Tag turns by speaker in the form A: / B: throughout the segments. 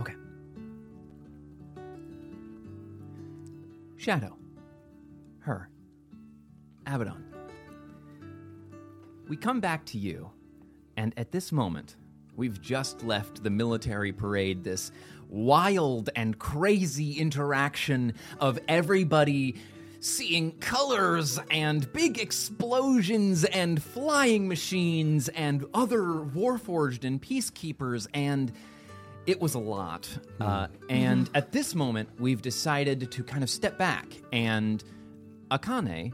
A: Okay. Shadow. Her. Abaddon. We come back to you, and at this moment, we've just left the military parade, this wild and crazy interaction of everybody seeing colors and big explosions and flying machines and other warforged and peacekeepers and it was a lot. Uh, and at this moment, we've decided to kind of step back. And Akane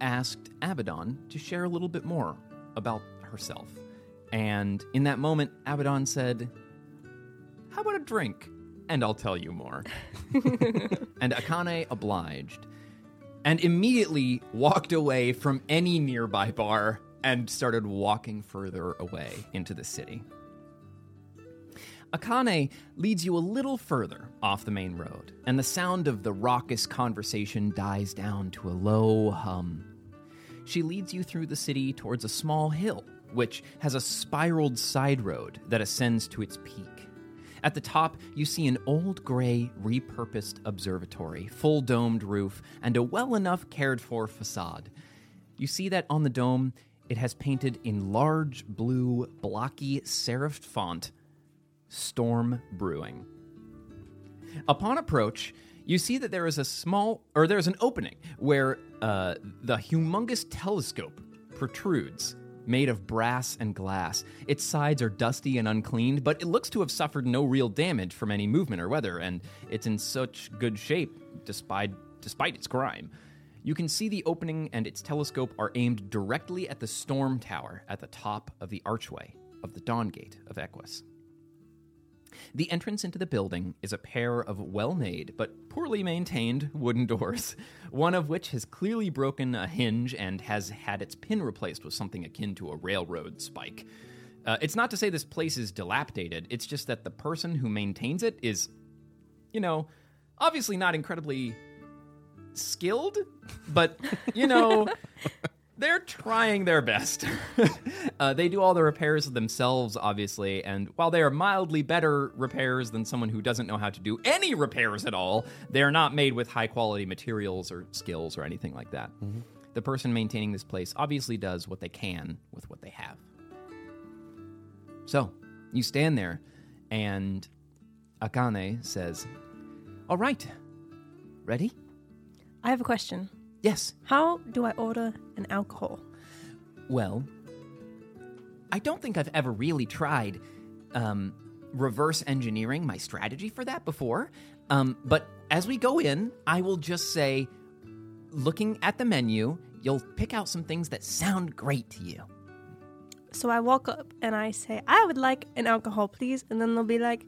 A: asked Abaddon to share a little bit more about herself. And in that moment, Abaddon said, How about a drink? And I'll tell you more. and Akane obliged and immediately walked away from any nearby bar and started walking further away into the city. Akane leads you a little further off the main road, and the sound of the raucous conversation dies down to a low hum. She leads you through the city towards a small hill, which has a spiraled side road that ascends to its peak. At the top, you see an old gray, repurposed observatory, full domed roof, and a well enough cared for facade. You see that on the dome, it has painted in large blue, blocky serif font Storm Brewing. Upon approach, you see that there is a small, or there's an opening where uh, the humongous telescope protrudes, made of brass and glass. Its sides are dusty and uncleaned, but it looks to have suffered no real damage from any movement or weather, and it's in such good shape despite despite its crime. You can see the opening and its telescope are aimed directly at the storm tower at the top of the archway of the Dawn Gate of Equus. The entrance into the building is a pair of well made but poorly maintained wooden doors, one of which has clearly broken a hinge and has had its pin replaced with something akin to a railroad spike. Uh, it's not to say this place is dilapidated, it's just that the person who maintains it is, you know, obviously not incredibly skilled, but, you know. they're trying their best. uh, they do all the repairs themselves, obviously, and while they are mildly better repairs than someone who doesn't know how to do any repairs at all, they are not made with high quality materials or skills or anything like that. The person maintaining this place obviously does what they can with what they have. So, you stand there, and Akane says, All right, ready?
B: I have a question.
A: Yes,
B: How do I order an alcohol?
A: Well, I don't think I've ever really tried um, reverse engineering my strategy for that before. Um, but as we go in, I will just say, looking at the menu, you'll pick out some things that sound great to you.
B: So I walk up and I say, I would like an alcohol, please. And then they'll be like,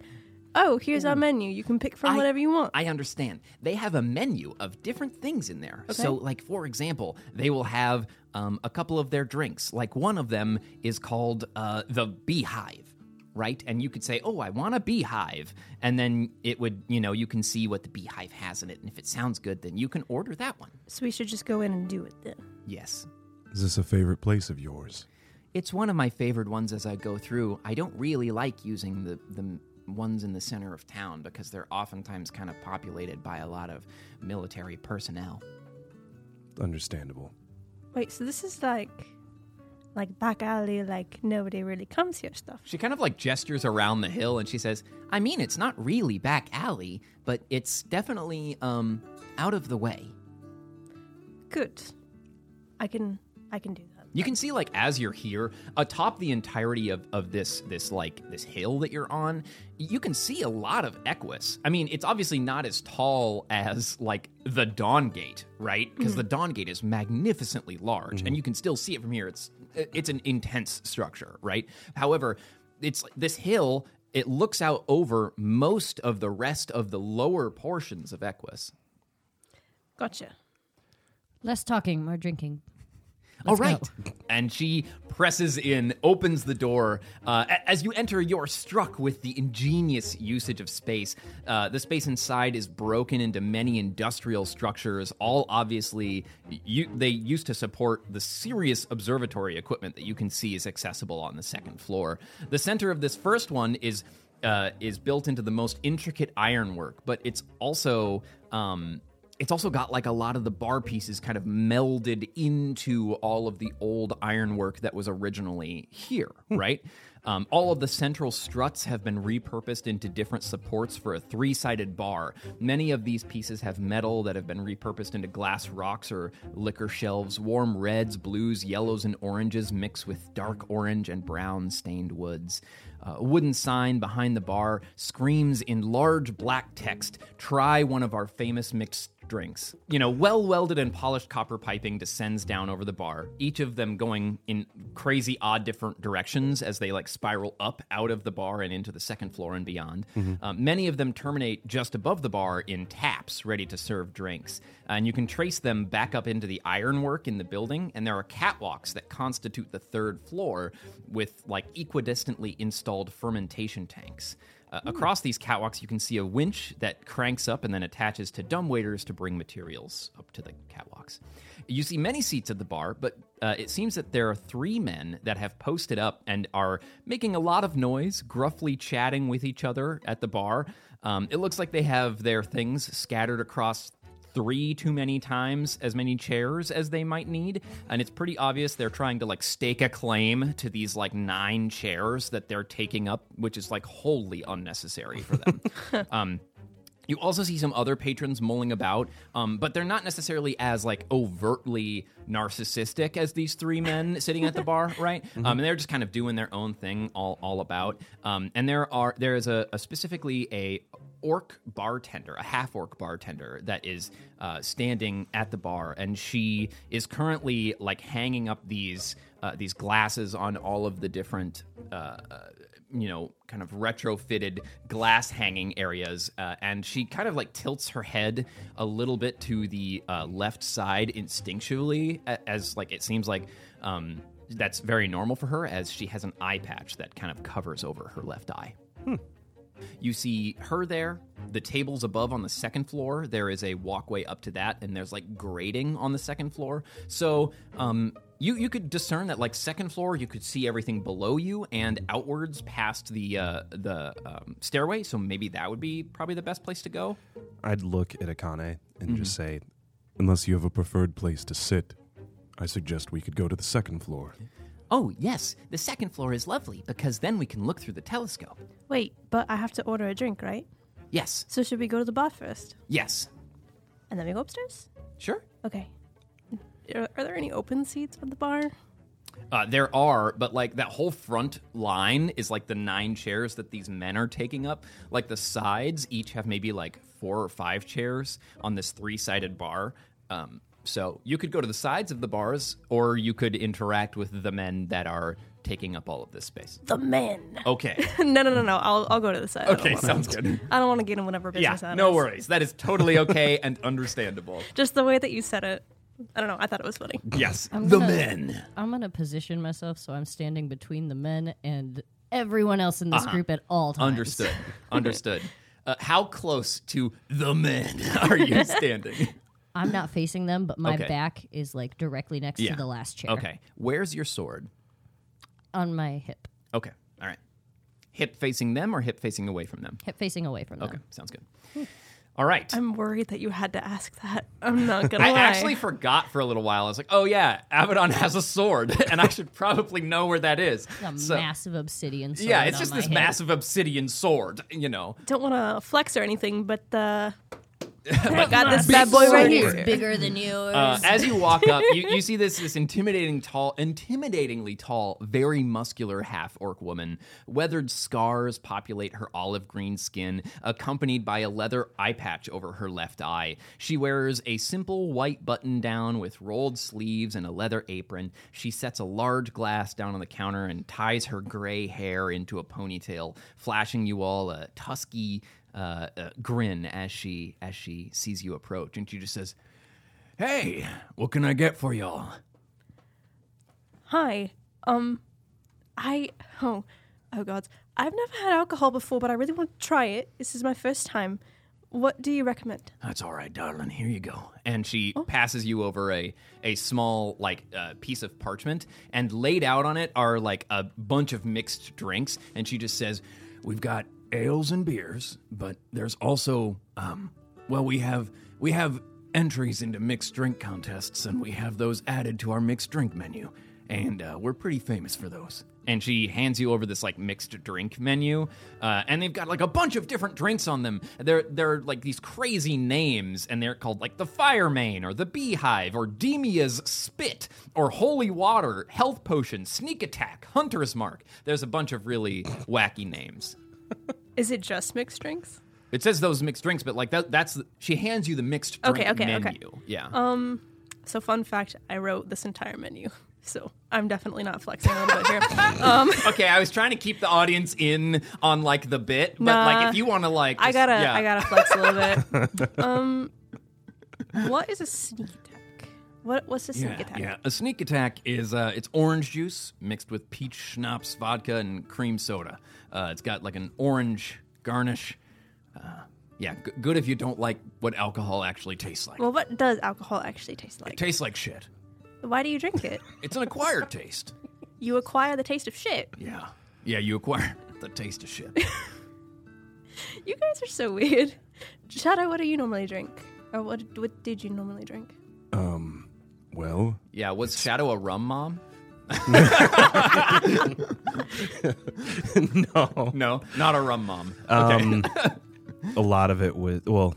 B: oh, here's our menu. You can pick from
A: Mm. I-
B: whatever you want.
A: I understand. They have a menu of different things in there.
B: Okay.
A: So, like for example, they will have um, a couple of their drinks. Like one of them is called uh, the Beehive, right? And you could say, "Oh, I want a Beehive," and then it would, you know, you can see what the Beehive has in it, and if it sounds good, then you can order that one.
B: so we should just go in and do it then.
A: Yes.
C: Is this a favorite place of yours?
A: It's one of my favorite ones as I go through. I don't really like using the, the ones in the center of town because they're oftentimes kind of populated by a lot of military personnel.
C: Understandable.
B: Wait, so this is like, like back alley, like nobody really comes here stuff.
A: She kind of like gestures around the hill and she says, I mean, it's not really back alley, but it's definitely um, out of the way.
B: Good. I can, I can do that.
A: You can see like as you're here, atop the entirety of, of this this like this hill that you're on, you can see a lot of Equus. I mean, it's obviously not as tall as like the Dawn Gate, right? Because the Dawn Gate is magnificently large, and you can still see it from here. It's it's an intense structure, right? However, it's this hill It looks out over most of the rest of the lower portions of Equus.
B: Gotcha.
D: Less talking, more drinking.
A: All right. And she presses in, opens the door. Uh, a- as you enter, you're struck with the ingenious usage of space. Uh, the space inside is broken into many industrial structures, all obviously you, they used to support the serious observatory equipment that you can see is accessible on the second floor. The center of this first one is uh, is built into the most intricate ironwork, but it's also um, it's also got like a lot of the bar pieces kind of melded into all of the old ironwork that was originally here, right? Um, all of the central struts have been repurposed into different supports for a three sided bar. Many of these pieces have metal that have been repurposed into glass rocks or liquor shelves, warm reds, blues, yellows, and oranges mixed with dark orange and brown stained woods. Uh, a wooden sign behind the bar screams in large black text try one of our famous mixed drinks. You know, well welded and polished copper piping descends down over the bar, each of them going in crazy odd different directions as they like spiral up out of the bar and into the second floor and beyond.
E: Mm-hmm.
A: Uh, many of them terminate just above the bar in taps ready to serve drinks. And you can trace them back up into the ironwork in the building, and there are catwalks that constitute the third floor with like equidistantly installed fermentation tanks. Uh, across these catwalks, you can see a winch that cranks up and then attaches to dumbwaiters to bring materials up to the catwalks. You see many seats at the bar, but uh, it seems that there are three men that have posted up and are making a lot of noise, gruffly chatting with each other at the bar. Um, it looks like they have their things scattered across three too many times as many chairs as they might need and it's pretty obvious they're trying to like stake a claim to these like nine chairs that they're taking up which is like wholly unnecessary for them um you also see some other patrons mulling about, um, but they're not necessarily as like overtly narcissistic as these three men sitting at the bar, right? Um, and they're just kind of doing their own thing, all all about. Um, and there are there is a, a specifically a orc bartender, a half orc bartender that is uh, standing at the bar, and she is currently like hanging up these uh, these glasses on all of the different. Uh, uh, you know, kind of retrofitted glass hanging areas. Uh, and she kind of like tilts her head a little bit to the uh, left side instinctually, a- as like it seems like um, that's very normal for her, as she has an eye patch that kind of covers over her left eye. You see her there. The tables above on the second floor, there is a walkway up to that, and there's like grating on the second floor. So, um, you you could discern that like second floor, you could see everything below you and outwards past the uh, the um, stairway. So maybe that would be probably the best place to go.
C: I'd look at Akane and just say, unless you have a preferred place to sit, I suggest we could go to the second floor.
A: Oh yes, the second floor is lovely because then we can look through the telescope.
B: Wait, but I have to order a drink, right?
A: Yes,
B: So should we go to the bar first,
A: yes,
B: and then we go upstairs?
A: sure.
B: Okay. Are, are there any open seats at the bar?
A: Uh, there are, but like that whole front line is like the nine chairs that these men are taking up. Like the sides each have maybe like four or five chairs on this three sided bar. Um, so you could go to the sides of the bars or you could interact with the men that are taking up all of this space.
B: The men.
A: Okay.
B: no, no, no, no. I'll, I'll go to the side. I don't
A: Okay,
B: wanna-
A: sounds good.
B: I don't want to get in whatever
A: Yeah,
B: business that
A: no
B: is.
A: worries. That is totally okay and understandable.
B: Just the way that you said it. I don't know. I thought it was funny.
A: Yes,
D: I'm
A: the
D: gonna-
A: men.
D: I'm gonna position myself so I'm standing between the men and everyone else in this group at all times.
A: Uh-huh. Understood. Understood. Uh, how close to the men are you standing?
D: I'm not facing them, but my
A: Okay.
D: back is like directly next
A: Yeah.
D: to the last chair.
A: Okay. Where's your sword?
D: On my hip,
A: Okay. All right. Hip facing them or hip facing away from them?
D: hip facing away from them.
A: Okay. Sounds good. All right.
B: I'm worried that you had to ask that. I'm not gonna
A: I
B: lie.
A: actually forgot for a little while. I was like, oh, yeah, Abaddon has a sword, and I should probably know where that is.
D: A
A: So-
D: massive obsidian. Sword
A: yeah, it's
D: on
A: just
D: my
A: this
D: hip.
A: massive obsidian sword, you know.
B: don't want to flex or anything, but the I got this bad boy right here.
D: bigger than yours.
A: Uh, as you walk up, you, you see this this intimidating tall, intimidatingly tall, very muscular half orc woman. Weathered scars populate her olive green skin, accompanied by a leather eye patch over her left eye. She wears a simple white button down with rolled sleeves and a leather apron. She sets a large glass down on the counter and ties her gray hair into a ponytail, flashing you all a tusky. Uh, uh, grin as she as she sees you approach, and she just says, Hey, what can I get for y'all?
B: Hi. Um, I oh, oh god, I've never had alcohol before, but I really want to try it. This is my first time. What do you recommend?
A: That's all right, darling. Here you go. And she passes you over a a small like uh, piece of parchment, and laid out on it are like a bunch of mixed drinks. And she just says, "We've got ales and beers, but there's also um, well, we have we have entries into mixed drink contests, and we have those added to our mixed drink menu, and uh, we're pretty famous for those." and she hands you over this like mixed drink menu, uh, and they've got like a bunch of different drinks on them. They're they're like these crazy names, and they're called like the Fire Main or the Beehive or Demia's Spit or Holy Water, Health Potion, Sneak Attack, Hunter's Mark. There's a bunch of really wacky names.
B: Is it just mixed drinks?
A: It says those mixed drinks, but like that that's she hands you the mixed drink
B: Okay, okay, Um, okay.
A: menu. Yeah.
B: So, fun fact: I wrote this entire menu, so I'm definitely not flexing a little bit here. Um,
A: Okay, I was trying to keep the audience in on like the bit, but like
B: Nah.
A: if you want to like,
B: I
A: just-
B: gotta,
A: yeah.
B: I gotta flex a little bit. Um, what is a sneak attack? What what's a sneak
A: Yeah,
B: attack?
A: yeah. A sneak attack is uh, it's orange juice mixed with peach schnapps, vodka, and cream soda. Uh, it's got like an orange garnish. Uh, yeah, g- good if you don't like what alcohol actually tastes like.
B: Well, what does alcohol actually taste like?
A: it tastes like shit.
B: Why do you drink it?
A: It's an acquired taste.
B: You acquire the taste of shit.
A: Yeah, yeah. You acquire the taste of shit.
B: You guys are so weird. Shadow, what do you normally drink? Or what what did you normally drink?
C: Um, Well,
A: Yeah, was Shadow a rum mom?
C: no.
A: No, not a rum mom.
C: Um, a lot of it was well.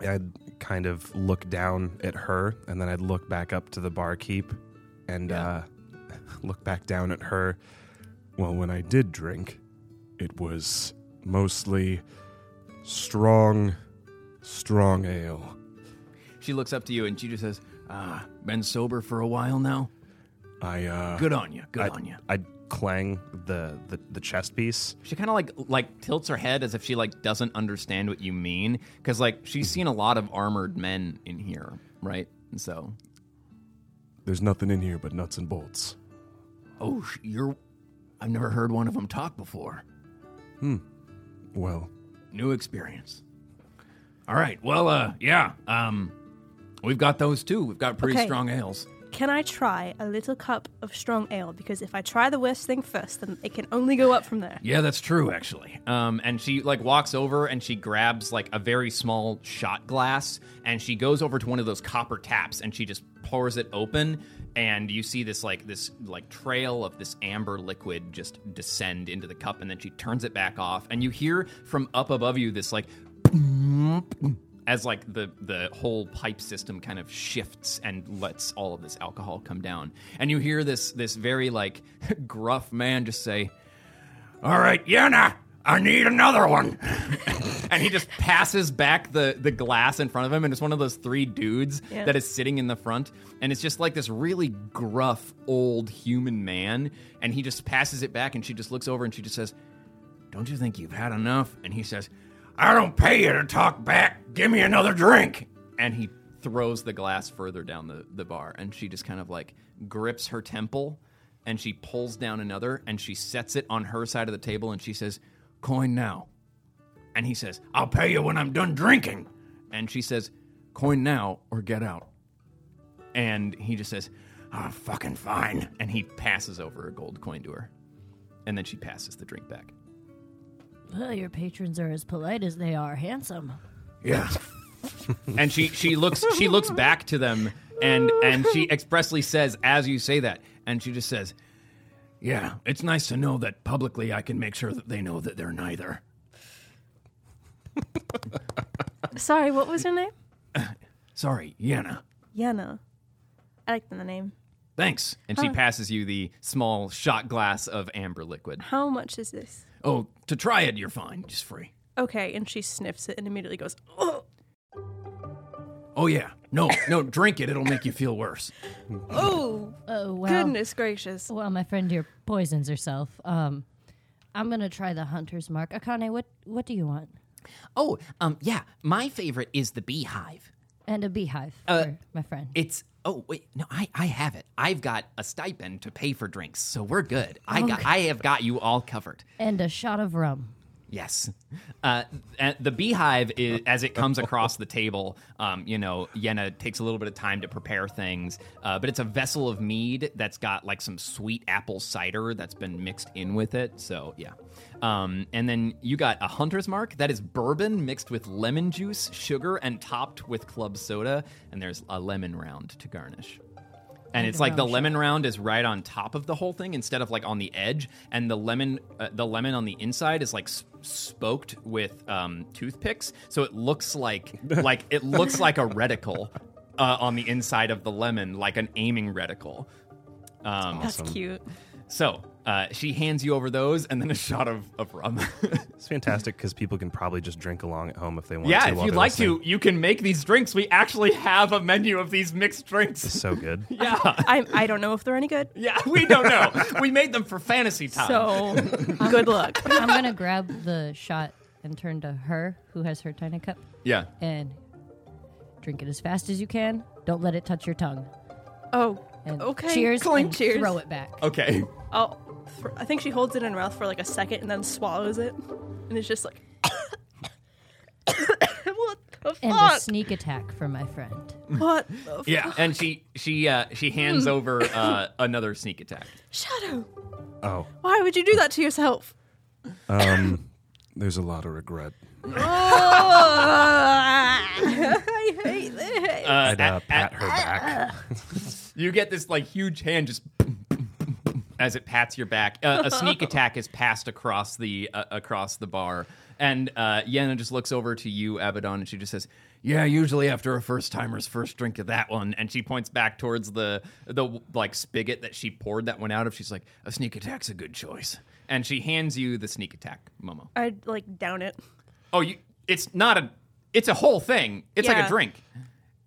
C: I'd kind of look down at her, and then I'd look back up to the barkeep, and uh, look back down at her. Well, when I did drink, it was mostly strong, strong ale.
A: She looks up to you and she just says, "Ah, been sober for a while now.
C: I uh,
A: Good on you. Good
C: I,
A: on you."
C: I'd clang the, the the chest piece.
A: She kind of like like tilts her head as if she like doesn't understand what you mean because like she's seen a lot of armored men in here, right? And so,
C: There's nothing in here but nuts and bolts.
A: oh, sh- you're. I've never heard one of them talk before.
C: Hmm. Well,
A: New experience. All right. Well, uh, yeah. Um, we've got those too. We've got pretty
B: Okay.
A: strong ales.
B: Can I try a little cup of strong ale? Because if I try the worst thing first, then it can only go up from there.
A: Yeah, that's true, actually. Um, and she like walks over and she grabs like a very small shot glass and she goes over to one of those copper taps and she just pours it open and you see this like this like trail of this amber liquid just descend into the cup and then she turns it back off and you hear from up above you this like as like the the whole pipe system kind of shifts and lets all of this alcohol come down and you hear this this very like gruff man just say all right, Yana, I need another one. and he just passes back the, the glass in front of him, and it's one of those three dudes
B: Yeah.
A: that is sitting in the front. And it's just like this really gruff old human man. And he just passes it back, and she just looks over and she just says, Don't you think you've had enough? And he says, I don't pay you to talk back. Give me another drink. And he throws the glass further down the, the bar, and she just kind of like grips her temple and she pulls down another and she sets it on her side of the table and she says, Coin now. And he says, I'll pay you when I'm done drinking. And she says, Coin now or get out. And he just says, Ah, fucking fine. And he passes over a gold coin to her. And then she passes the drink back.
D: well, your patrons are as polite as they are handsome.
A: Yeah. and she she looks she looks back to them and and she expressly says as you say that and she just says, "Yeah, it's nice to know that publicly I can make sure that they know that they're neither."
B: Sorry, what was your name?
A: Sorry, Yana.
B: Yana. I like the name.
A: Thanks. And she passes you the small shot glass of amber liquid.
B: How much is this?
A: Oh, to try it, you're fine. Just free.
B: Okay, and she sniffs it and immediately goes, oh,
A: Oh, yeah. No, no, drink it. It'll make you feel worse.
B: oh
D: Oh wow.
B: goodness gracious.
D: Well, my friend here poisons herself. Um, I'm gonna try the hunter's mark. Akane, what what do you want?
A: Oh, um, yeah. My favorite is the beehive.
D: And a beehive
A: Uh,
D: for my friend.
A: It's oh wait no I I have it I've got a stipend to pay for drinks so we're good I got I have got you all covered
D: and a shot of rum.
A: yes uh, and the beehive is, as it comes across the table um, you know Yenna takes a little bit of time to prepare things uh, but it's a vessel of mead that's got like some sweet apple cider that's been mixed in with it so yeah um, and then you got a hunter's mark that is bourbon mixed with lemon juice sugar and topped with club soda and there's a lemon round to garnish. And it's like the lemon round is right on top of the whole thing instead of like on the edge, and the lemon uh, the lemon on the inside is like sp- spoked with um, toothpicks, so it looks like like it looks like a reticle uh, on the inside of the lemon, like an aiming reticle. Um,
B: That's cute.
A: So uh, she hands you over those, and then a shot of, of rum.
C: It's fantastic because people can probably just drink along at home if they want to.
A: yeah, if
C: while
A: you'd
C: they're
A: like
C: listening.
A: to, you can make these drinks. We actually have a menu of these mixed drinks.
C: So good.
A: Yeah.
B: I, I don't know if they're any good,
A: Yeah, we don't know. we made them for fantasy time.
B: so good luck.
D: I'm gonna grab the shot and turn to her, who has her tiny cup,
A: yeah.
D: and drink it as fast as you can. Don't let it touch your tongue.
B: Oh,
D: And
B: okay.
D: Cheers.
B: Clean
D: and
B: cheers.
D: Throw it back.
A: Okay.
B: Oh, th- I think she holds it in her mouth for like a second and then swallows it, and it's just like, what the
D: And a
B: fuck?
D: sneak attack for my friend.
B: what? The f-
A: Yeah, and she she uh, she
B: Hmm.
A: hands over uh, another sneak attack.
B: Shadow,
C: Oh,
B: why would you do that to yourself?
C: um, there's a lot of regret.
B: Oh, I hate this.
A: Uh,
C: I'd uh, pat her back.
A: you get this like huge hand just as it pats your back. Uh, a sneak attack is passed across the uh, across the bar, and uh, Yenna just looks over to you, Abaddon, and she just says, "Yeah, usually after a first timer's first drink of that one." And she points back towards the the like spigot that she poured that one out of. She's like, "A sneak attack's a good choice," and she hands you the sneak attack, Momo.
B: I'd like down it.
A: Oh, you, it's not a. It's a whole thing. It's like
B: Yeah.
A: a drink.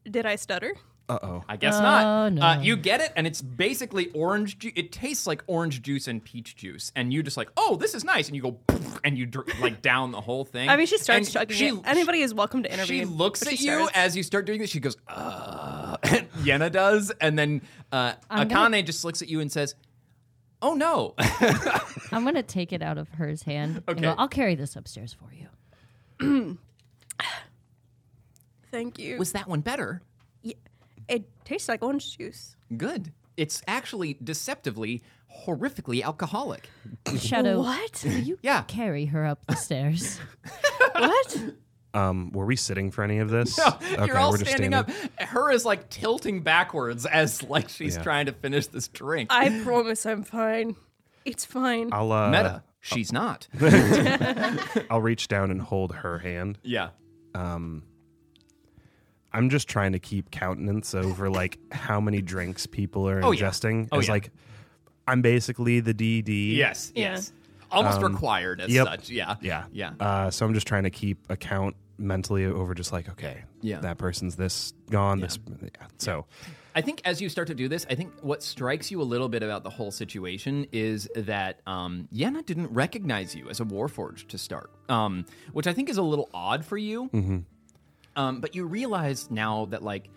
B: Did I stutter?
C: Uh oh.
A: I guess not.
D: no.
A: Uh, you get it, and it's basically orange. Ju- it tastes like orange juice and peach juice, and you just like, oh, this is nice, and you go and you dr- like down the whole thing.
B: I mean, she starts
A: And
B: chugging
A: she-
B: it. Anybody is welcome to intervene.
A: She looks
B: but
A: at
B: she
A: you
B: starts.
A: as you start doing this. She goes, uh, and Yenna does, and then uh, Akane
D: I'm gonna-
A: just looks at you and says, "Oh no."
D: I'm gonna take it out of hers hand. and go,
A: Okay.
D: I'll carry this upstairs for you.
B: Thank you.
A: Was that one better?
B: It tastes like orange juice.
A: Good. It's actually deceptively, horrifically alcoholic.
D: Shadow.
B: What?
D: will you
A: Yeah.
D: carry her up the stairs?
B: what?
C: Um, were we sitting for any of this?
A: You're all standing, up. Her is like tilting backwards as like she's
C: Yeah.
A: trying to finish this drink.
B: I promise I'm fine. It's fine.
C: I'll uh,
A: Meta, she's not.
C: I'll reach down and hold her hand. Um,
A: yeah.
C: I'm just trying to keep countenance over like how many drinks people are
A: Oh, yeah.
C: ingesting.
A: Oh,
C: It's
A: yeah.
C: like I'm basically the DD.
A: Yes.
B: Yeah.
A: Yes. Almost required as
C: yep.
A: such. Yeah.
C: Yeah.
A: Yeah.
C: Uh, so I'm just trying to keep account mentally over just like, okay,
A: Yeah.
C: that person's this gone. This, yeah. So
A: I think as you start to do this, I think what strikes you a little bit about the whole situation is that um, Yana didn't recognize you as a Warforged to start, um, which I think is a little odd for you.
C: mm-hmm.
A: Um, but you realize now that like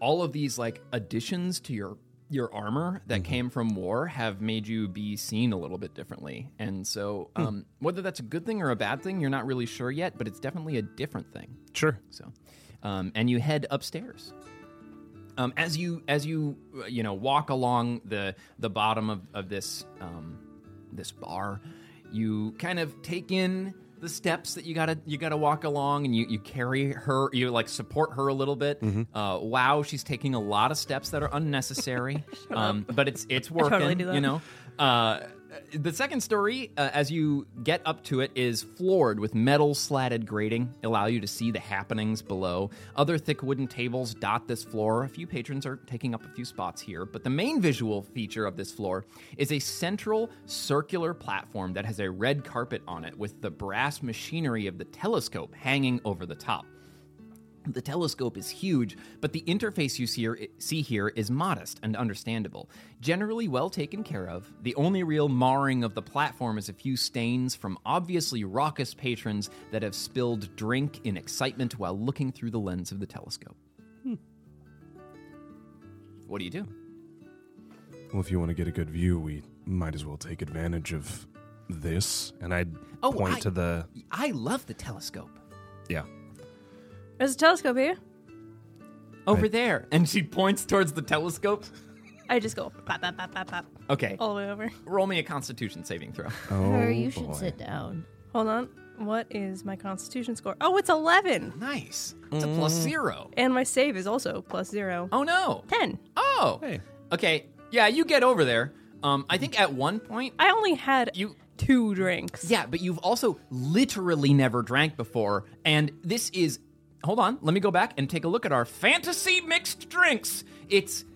A: all of these like additions to your your armor that came from war have made you be seen a little bit differently, and so um, whether that's a good thing or a bad thing, you're not really sure yet. But it's definitely a different thing.
C: sure.
A: So, um, and you head upstairs. Um, as you as you uh, you know walk along the the bottom of of this um, this bar, you kind of take in the steps that you gotta you gotta walk along, and you you carry her you like support her a little bit. Uh, wow, she's taking a lot of steps that are unnecessary, um, but it's it's working.
B: totally do that.
A: You know, Uh, the second story, uh, as you get up to it, is floored with metal slatted grating, allow you to see the happenings below. Other thick wooden tables dot this floor. A few patrons are taking up a few spots here, but the main visual feature of this floor is a central circular platform that has a red carpet on it with the brass machinery of the telescope hanging over the top. The telescope is huge, but the interface you see here, see here is modest and understandable. Generally well taken care of, the only real marring of the platform is a few stains from obviously raucous patrons that have spilled drink in excitement while looking through the lens of the telescope. Hmm. What do you do?
C: Well, if you want to get a good view, we might as well take advantage of this. And I'd
A: Oh,
C: point
A: I-
C: to the
A: I love the telescope.
C: yeah.
B: There's a telescope here.
A: Over there. And she points towards the telescope.
B: I just go pop, pop, pop, pop, pop,
A: Okay.
B: all the way over.
A: Roll me a constitution saving throw.
C: Oh,
D: Her, you should
C: boy.
D: sit down.
B: Hold on. What is my constitution score? Oh, it's 11.
A: Nice. It's a
C: Mm.
A: plus zero.
B: And my save is also plus zero.
A: Oh no.
B: 10.
A: Oh.
C: Hey.
A: Okay. Yeah, you get over there. Um, I think at one point
B: I only had
A: you.
B: two drinks.
A: Yeah, but you've also literally never drank before, and this is. Hold on, let me go back and take a look at our fantasy mixed drinks. It's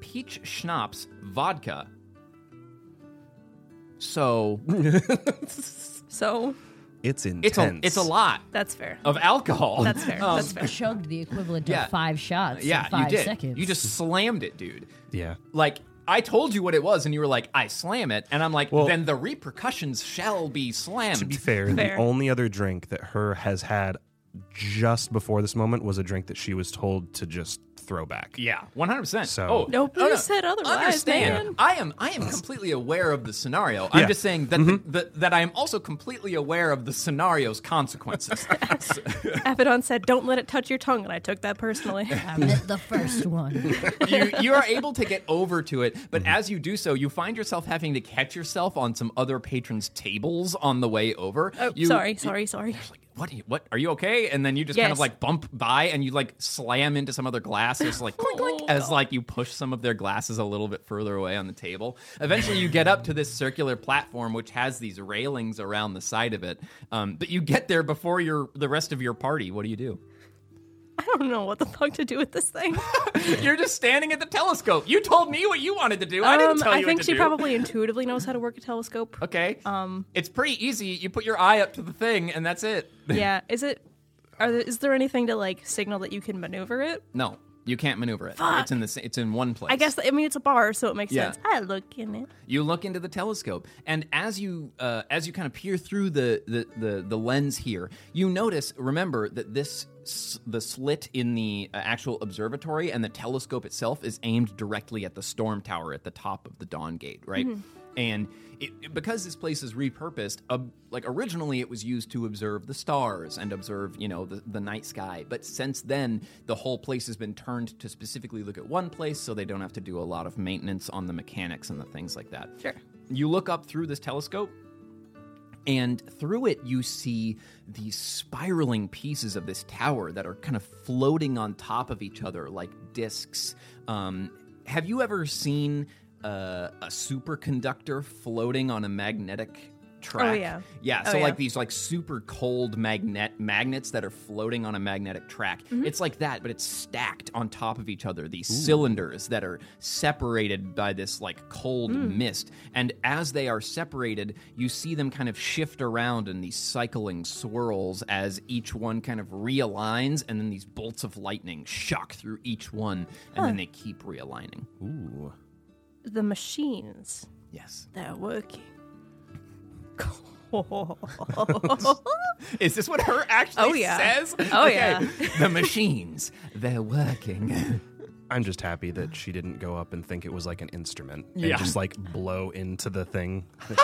A: peach schnapps vodka. So
B: So
C: It's intense.
A: it's a it's a lot
B: that's fair.
A: of alcohol.
B: That's fair. that's fair.
D: Chugged the equivalent
A: Yeah.
D: of five shots. in
A: yeah,
D: five
A: you did.
D: seconds.
A: You just slammed it, dude.
C: Yeah.
A: like I told you what it was, and you were like, "I slam it," and I'm like,
C: Well-
A: "Then the repercussions shall be slammed."
C: To be fair, the
B: Fair.
C: only other drink that her has had just before this moment was a drink that she was told to just throw back.
A: yeah, 100. percent
C: So-
A: oh,
B: Nobody
A: oh,
B: said otherwise,
A: Understand?
B: man.
A: I am I am completely aware of the scenario. I'm
C: Yeah. Mm-hmm.
A: just saying that the, the, that I am also completely aware of the scenario's consequences. So-
B: Abaddon said, don't let it touch your tongue. And I took that personally.
D: I meant the first one.
A: you you are able to get over to it, but
C: Mm-hmm.
A: as you do so, you find yourself having to catch yourself on some other patrons' tables on the way over.
B: oh,
A: you,
B: sorry, sorry, sorry.
A: like, what? Are you, what? Are you okay? And then you just kind of
B: Yes.
A: like bump by, and you like slam into some other glasses,
B: Oh
A: like clink, clink, as like you push some of their glasses a little bit further away on the table. Eventually, you get up to this circular platform, which has these railings around the side of it. Um, but you get there before your the rest of your party. What do you do?
B: I don't know what the fuck to do with this thing.
A: You're just standing at the telescope. You told me what you wanted to do. I didn't
B: Um,
A: tell you.
B: I think
A: what
B: she
A: to do.
B: probably intuitively knows how to work a telescope.
A: Okay. Um, it's pretty easy. You put your eye up to the thing, and that's it.
B: Yeah. Is it? Are there, is there anything to like signal that you can maneuver it?
A: No, you can't maneuver it. It's in the. sa- It's in one place.
B: I guess. I mean, it's a bar, so it makes
A: Yeah.
B: sense. I look in it.
A: You look into the telescope, and as you uh, as you kind of peer through the, the the the lens here, you notice. Remember that this s- the slit in the uh, actual observatory and the telescope itself is aimed directly at the storm tower at the top of the Dawn Gate, right? And it, it- because this place is repurposed, ob- like originally it was used to observe the stars and observe, you know, the, the night sky. But since then, the whole place has been turned to specifically look at one place so they don't have to do a lot of maintenance on the mechanics and the things like that.
B: Sure.
A: You look up through this telescope, and through it, you see these spiraling pieces of this tower that are kind of floating on top of each other like discs. Um, have you ever seen uh, a superconductor floating on a magnetic track?
B: Oh, yeah.
A: Yeah, so
B: yeah.
A: like these like super cold magnet magnets that are floating on a magnetic track.
B: Mm-hmm.
A: It's like that, but it's stacked on top of each other. These cylinders that are separated by this like cold mist, and as they are separated, you see them kind of shift around in these cycling swirls as each one kind of realigns, and then these bolts of lightning shock through each one, and then they keep realigning.
C: Ooh.
B: The machines
A: Yes,
B: that are working.
A: is this what her actually
B: Oh, yeah.
A: says?
B: Oh, yeah.
A: the machines they're working.
C: I'm just happy that she didn't go up and think it was like an instrument and
A: Yeah.
C: just like blow into the thing. Think-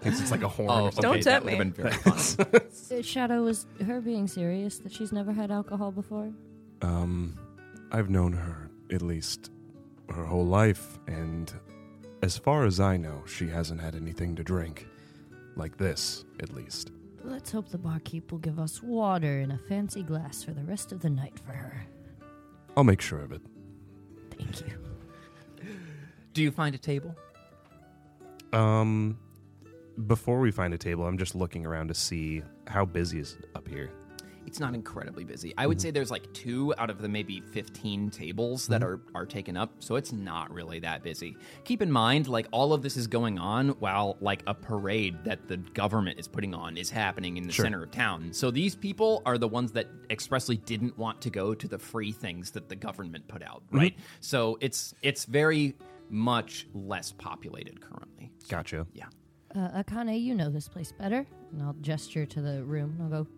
C: thinks it's like a horn. or something.
B: Don't tempt
A: Oh, that would've
B: me.
A: Been very fun.
D: Uh, Shadow was her being serious that she's never had alcohol before.
C: Um, I've known her at least her whole life, and as far as I know, she hasn't had anything to drink like this, at least.
D: Let's hope the barkeep will give us water in a fancy glass for the rest of the night for her.
C: I'll make sure of it.
D: Thank you.
A: Do you find a table?
C: Um, before we find a table, I'm just looking around to see how busy is it up here.
A: It's not incredibly busy. I would say there's like two out of the maybe 15 tables that are, are taken up, so it's not really that busy. Keep in mind, like, all of this is going on while, like, a parade that the government is putting on is happening in the center of town. So these people are the ones that expressly didn't want to go to the free things that the government put out, right? So it's it's very much less populated currently.
C: Gotcha.
A: Yeah.
D: Uh, Akane, you know this place better. And I'll gesture to the room and I'll go,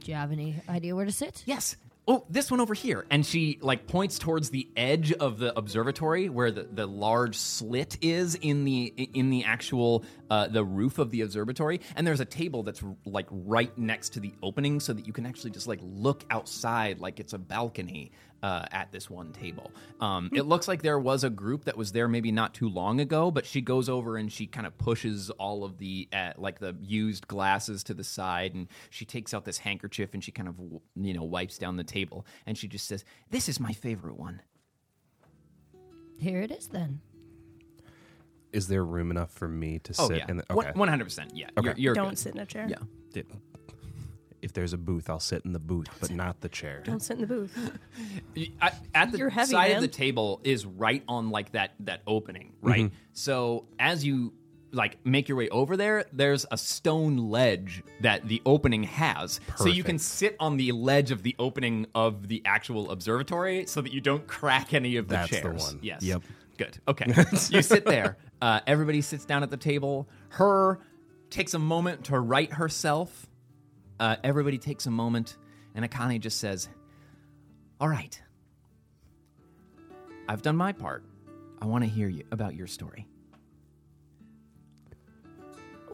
D: Do you have any idea where to sit?
A: Yes. Oh, this one over here. And she like points towards the edge of the observatory where the, the large slit is in the in the actual uh, the roof of the observatory. And there's a table that's like right next to the opening so that you can actually just like look outside like it's a balcony uh, at this one table. Um,
C: Hmm.
A: it looks like there was a group that was there maybe not too long ago, but she goes over and she kind of pushes all of the uh, like the used glasses to the side, and she takes out this handkerchief and she kind of w- you know wipes down the table, and she just says, "This is my favorite one."
D: Here it is then.
C: Is there room enough for me to
A: Oh
C: sit?
A: yeah,
C: in the, okay.
A: one hundred percent. Yeah, you're, you're
B: Don't
A: good.
B: sit in a chair.
A: Yeah.
C: If there's a booth, I'll sit in the booth, but not the chair.
B: Don't sit in the booth.
A: I- at the
B: You're heavy,
A: side of
B: man.
A: the table is right on like that that opening, right?
C: Mm-hmm.
A: So as you like make your way over there, there's a stone ledge that the opening has, so you can
C: Perfect.
A: sit on the ledge of the opening of the actual observatory, so that you don't crack any of the
C: That's the
A: chairs.
C: one.
A: Yes.
C: Yep.
A: Good. Okay. you sit there. Uh, everybody sits down at the table. Her takes a moment to right herself. Uh, everybody takes a moment, and Akane just says, all right. I've done my part. I want to hear you about your story.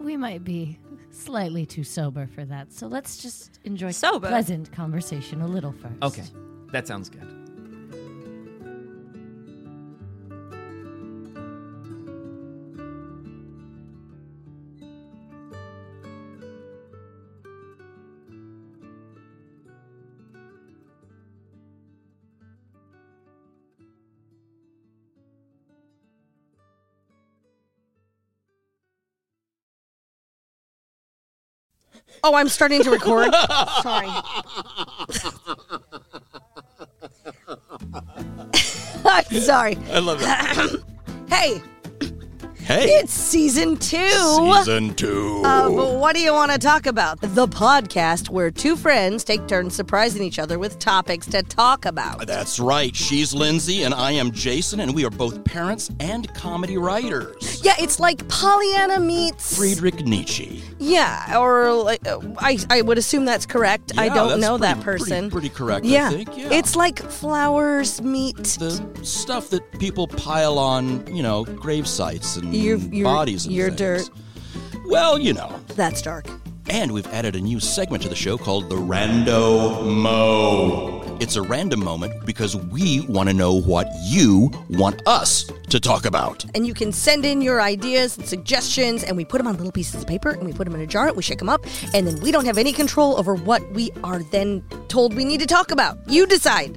D: We might be slightly too sober for that, so let's just enjoy
B: Sober?
D: pleasant conversation a little
F: Oh,
D: first.
A: Okay. That sounds good.
G: Oh, I'm starting to record. Sorry. I'm sorry.
H: I love it.
G: Hey,
H: Hey,
G: it's season two.
H: season two.
G: of what do you want to talk about? The podcast where two friends take turns surprising each other with topics to talk about.
H: That's right. She's Lindsay, and I am Jason, and we are both parents and comedy writers.
G: Yeah, it's like Pollyanna meets.
H: Friedrich Nietzsche.
G: Yeah, or like, uh, I, I would assume that's correct. I
H: Yeah,
G: don't
H: that's
G: know
H: pretty-
G: that
H: pretty-
G: person.
H: pretty correct, I
G: Yeah.
H: think, yeah.
G: It's like flowers meet.
H: The stuff that people pile on, you know, grave sites and
G: Your- your-
H: bodies and
G: your
H: things. Well, you know.
G: That's dark.
H: And we've added a new segment to the show called the Rando Mo. It's a random moment because we want to know what you want us to talk about.
G: and you can send in your ideas and suggestions and we put them on little pieces of paper and we put them in a jar we shake them up and then we don't have any control over what we are then told we need to talk about you decide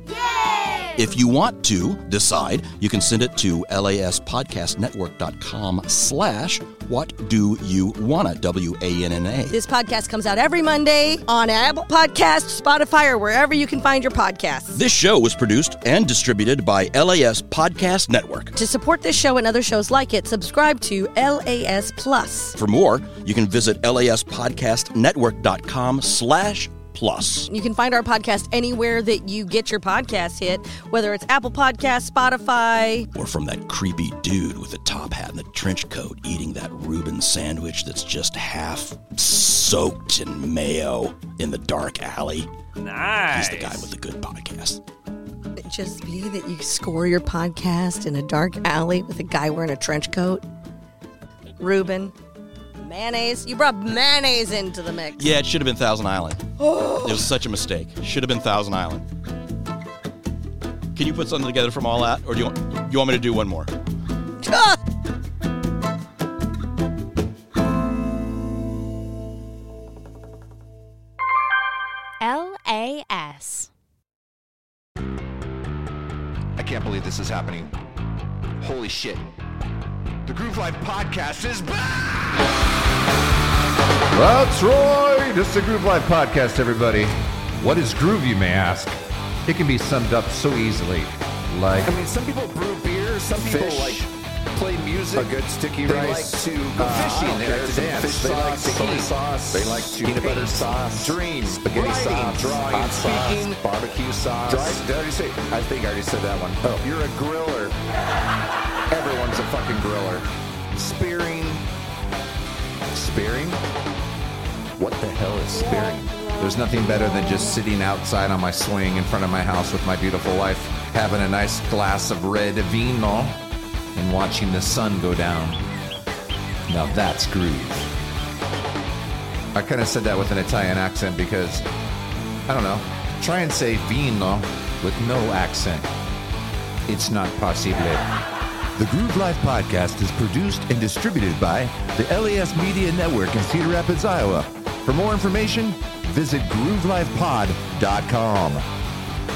H: If you want to decide, you can send it to laspodcastnetwork.com slash what do you wanna, W-A-N-N-A.
G: this podcast comes out every monday on apple podcast spotify or wherever you can find your podcasts
H: This show was produced and distributed by LAS Podcast Network.
G: to support this show and other shows like it subscribe to las plus
H: For more, you can visit laspodcastnetwork.com slash plus.
G: you can find our podcast anywhere that you get your podcast hit whether it's apple podcast spotify
H: Or from that creepy dude with the top hat and the trench coat eating that Reuben sandwich that's just half soaked in mayo in the dark alley. Nice. He's the guy with the good podcast.
G: It just be that you score your podcast in a dark alley with a guy wearing a trench coat? Reuben. Mayonnaise. You brought mayonnaise into the mix.
H: Yeah, it should have been Thousand Island. It was such a mistake. Should have been Thousand Island. Can you put something together from all that, or do you want, you want me to do one more?
G: Ah!
I: LAS.
J: I can't believe this is happening. Holy shit. The Groove Life Podcast is back!
K: That's right. It's the Groove Life Podcast, everybody. What is groove, you may ask? It can be summed up so easily. Like,
J: I mean, some people brew beer, some people
K: Fish.
J: like play music.
K: A good sticky
J: they
K: rice.
J: Like to go
K: Uh,
J: fishing.
K: I don't
J: they
K: care.
J: like to
K: They have
J: dance.
K: fish
J: they
K: sauce,
J: like to
K: soy
J: eat.
K: sauce.
J: They like to
K: peanut butter
J: paint,
K: sauce,
J: Dream.
K: spaghetti
J: writing,
K: sauce,
J: Drawing.
K: hot sauce,
J: speaking.
K: barbecue sauce.
J: Do I-
K: did I already say? I think I already said that one. Oh, you're a griller. Everyone's a fucking griller. Spearing. Spearing? What the hell is spearing? There's nothing better than just sitting outside on my swing in front of my house with my beautiful wife, having a nice glass of red vino, and watching the sun go down. Now that's groove. I kind of said that with an Italian accent because, I don't know, try and say vino with no accent. It's not possible. The Groove Life podcast is produced and distributed by the LAS Media Network in Cedar Rapids, Iowa. For more information, visit groovelifepod.com.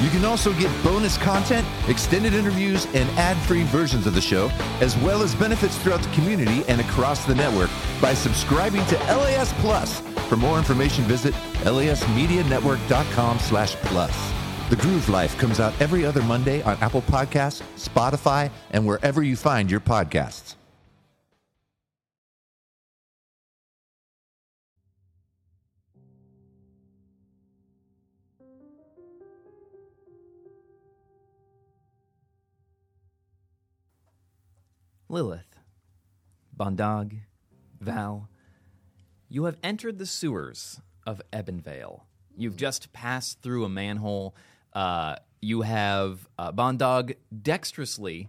K: You can also get bonus content, extended interviews, and ad-free versions of the show, as well as benefits throughout the community and across the network by subscribing to LAS Plus. For more information, visit lasmedianetwork.com slash plus. The Groove Life comes out every other Monday on Apple Podcasts, Spotify, and wherever you find your podcasts.
A: Lilith, Bondag, Val, you have entered the sewers of Ebonvale. You've just passed through a manhole. Uh, you have uh, Bondag dexterously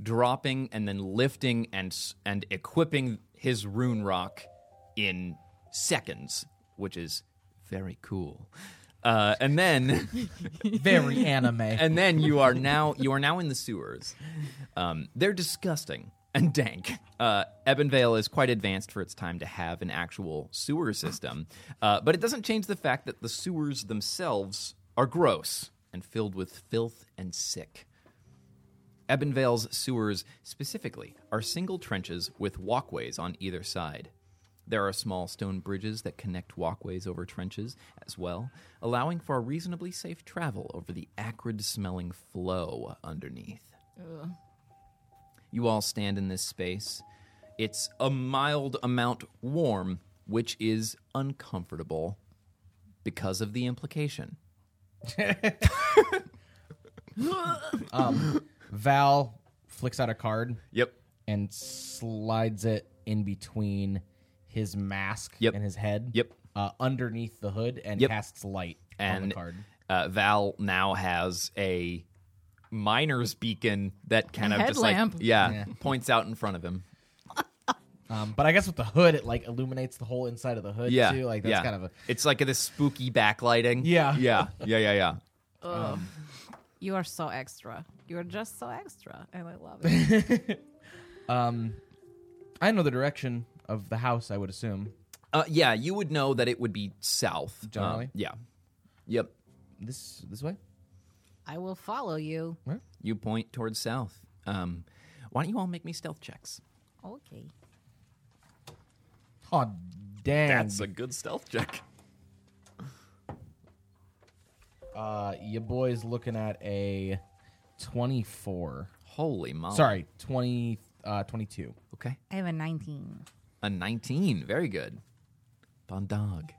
A: dropping and then lifting and s- and equipping his rune rock in seconds, which is very cool. Uh, and then.
E: Very anime.
A: and then you are now you are now in the sewers. Um, they're disgusting and dank. Uh, Ebonvale is quite advanced for its time to have an actual sewer system, uh, but it doesn't change the fact that the sewers themselves are gross and filled with filth and sick. Ebonvale's sewers specifically are single trenches with walkways on either side. There are small stone bridges that connect walkways over trenches as well, allowing for a reasonably safe travel over the acrid smelling flow underneath. You all stand in this space. It's a mild amount warm, which is uncomfortable because of the implication.
E: Val flicks out a card
A: Yep.
E: and slides it in between his mask
A: Yep.
E: and his head.
A: Yep.
E: Uh, underneath the hood and
A: Yep.
E: casts light on
A: and
E: the card.
A: uh, Val now has a miner's beacon that kind of just like
L: headlamp.
A: yeah, points out in front of him.
E: Um, but I guess with the hood, it like illuminates the whole inside of the hood
A: Yeah,
E: too. Like that's
A: yeah.
E: kind of a
A: It's like this spooky backlighting.
E: Yeah.
A: yeah, yeah, yeah, yeah.
L: You are so extra. You are just so extra, and I love it.
E: Um, I know the direction of the house. I would assume
A: Uh, yeah, you would know that it would be south. Um,
E: Generally?
A: yeah, yep.
E: this this way.
L: I will follow you.
A: You point towards south. Um, why don't you all make me stealth checks?
L: Okay.
E: Oh damn!
A: That's a good stealth check.
E: uh, your boy's looking at a twenty-four.
A: Holy moly!
E: Sorry, twenty uh, twenty-two.
A: Okay,
L: I have a 19.
A: a nineteen. Very good. Bondag.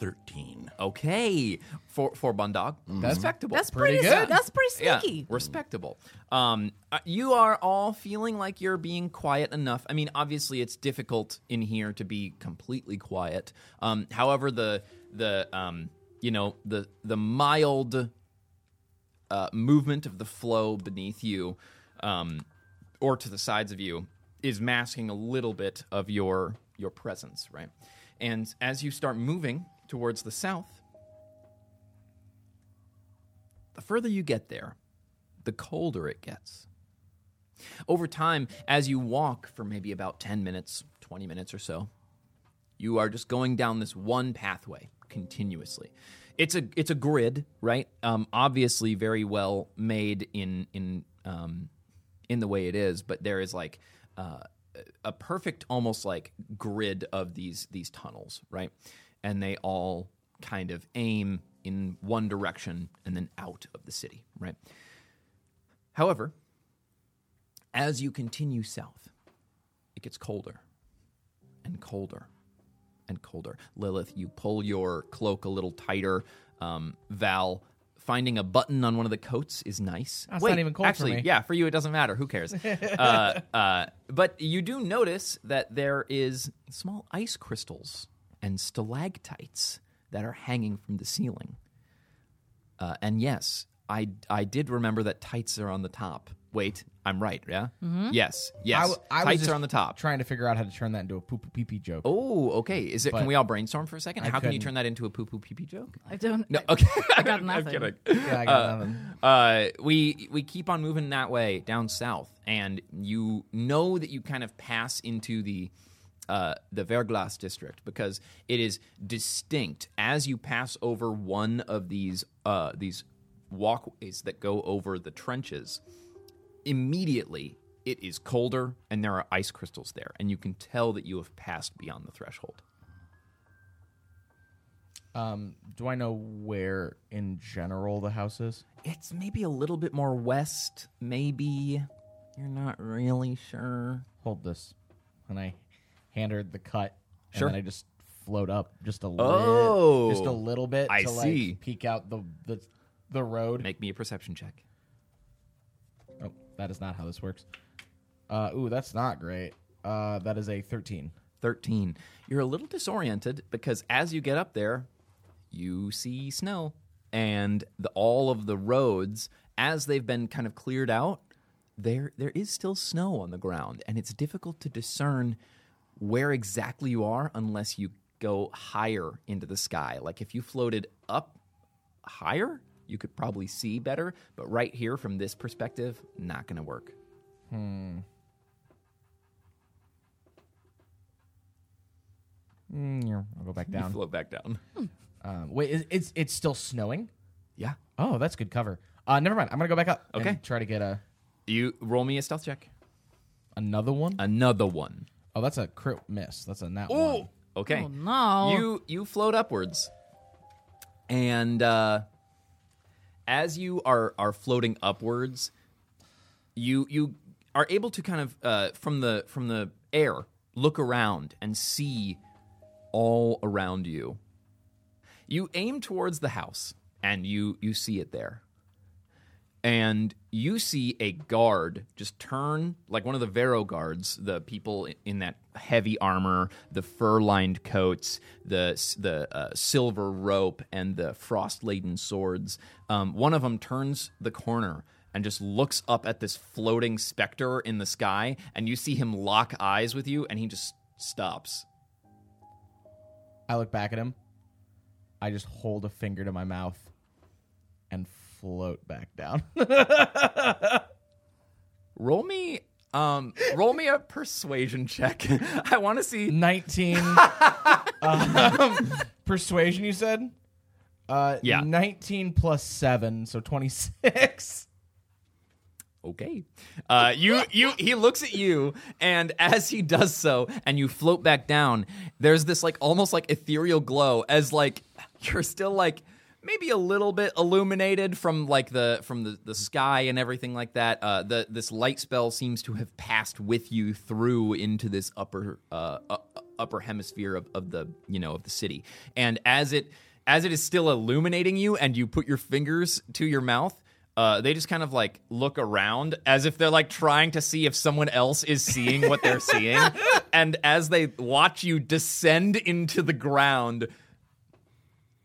H: 13.
A: Okay, for for Bondag, respectable.
L: That's pretty,
E: Mm-hmm. Pretty
L: good.
E: good.
L: That's pretty
A: Yeah,
L: sneaky.
A: respectable. Um, uh, you are all feeling like you're being quiet enough. I mean, obviously, it's difficult in here to be completely quiet. Um, however, the the um, you know the the mild uh, movement of the flow beneath you, um, or to the sides of you, is masking a little bit of your your presence, right? And as you start moving towards the south, the further you get there, the colder it gets. Over time, as you walk for maybe about 10 minutes, 20 minutes or so, you are just going down this one pathway continuously. It's a it's a grid, right? Um, obviously, very well made in in um, in the way it is, but there is like uh, a perfect almost like grid of these these tunnels, right? And they all kind of aim in one direction and then out of the city, right? However, as you continue south, it gets colder and colder and colder. Lilith, you pull your cloak a little tighter. Um, Val, finding a button on one of the coats is nice.
E: That's not even cold for
A: actually,
E: me.
A: yeah, for you it doesn't matter. Who cares? uh, uh, but you do notice that there is small ice crystals and stalactites that are hanging from the ceiling. Uh, and yes, I I did remember that tights are on the top. Wait, I'm right, yeah?
E: Mhm.
A: Yes,
E: I
A: yes.
E: w- I was
A: tights
E: just
A: are on the top.
E: Trying to figure out how to turn that into a poo poo pee pee joke.
A: Oh, okay. Is it?
E: But
A: can we all brainstorm for a second?
E: I
A: How can you
E: couldn't.
A: turn that into a poo poo pee pee joke?
L: I don't.
A: No, okay.
L: I got
A: I'm
L: nothing.
A: kidding.
E: Yeah, I got
A: Uh, Uh, we we keep on moving that way down south, and you know that you kind of pass into the uh, the Verglas district because it is distinct as you pass over one of these uh, these walkways that go over the trenches. Immediately, it is colder, and there are ice crystals there, and you can tell that you have passed beyond the threshold.
E: Um, do I know where in general the house is?
A: It's maybe a little bit more west, maybe. You're not really sure.
E: Hold this. And I hand her the cut.
A: Sure.
E: And then I just float up just a
A: Oh.
E: little just a little bit
A: I
E: to
A: see.
E: like peek out the, the the road.
A: Make me a perception check.
E: Oh, that is not how this works. Uh ooh, that's not great. Uh that is a thirteen.
A: 13. You're a little disoriented because as you get up there, you see snow. And the, all of the roads, as they've been kind of cleared out, there there is still snow on the ground. And it's difficult to discern where exactly you are unless you go higher into the sky. Like if you floated up higher, you could probably see better. But right here from this perspective, not going to work.
E: Hmm. Mm, yeah, I'll go back
A: You
E: down.
A: float back down.
E: Um, wait, is, it's it's still snowing.
A: Yeah.
E: Oh, that's good cover. Uh, never mind. I'm gonna go back up.
A: Okay.
E: And try to get a
A: You roll me a stealth check.
E: another one.
A: Another one.
E: Oh, that's a crit miss. That's a nat one.
A: Oh, okay.
L: Oh, no.
A: You you float upwards, and uh, as you are are floating upwards, you you are able to kind of uh, from the from the air look around and see all around you. You aim towards the house, and you you see it there. and you see a guard just turn like one of the Vero guards, the people i- in that heavy armor, the fur-lined coats, the s- the uh, silver rope, and the frost-laden swords. Um, one of them turns the corner and just looks up at this floating specter in the sky, and you see him lock eyes with you, and he just stops.
E: I look back at him. I just hold a finger to my mouth and float back down.
A: Roll me. Um, roll me a persuasion check. I want to see.
E: Nineteen. um, persuasion, you said. Uh,
A: Yeah.
E: Nineteen plus seven, so twenty-six.
A: okay uh, you you he looks at you and as he does so and you float back down there's this like almost like ethereal glow as like you're still like maybe a little bit illuminated from like the from the, the sky and everything like that uh, the this light spell seems to have passed with you through into this upper uh, u- upper hemisphere of, of the you know of the city and as it as it is still illuminating you and you put your fingers to your mouth uh, they just kind of like look around as if they're like trying to see if someone else is seeing what they're seeing. And as they watch you descend into the ground,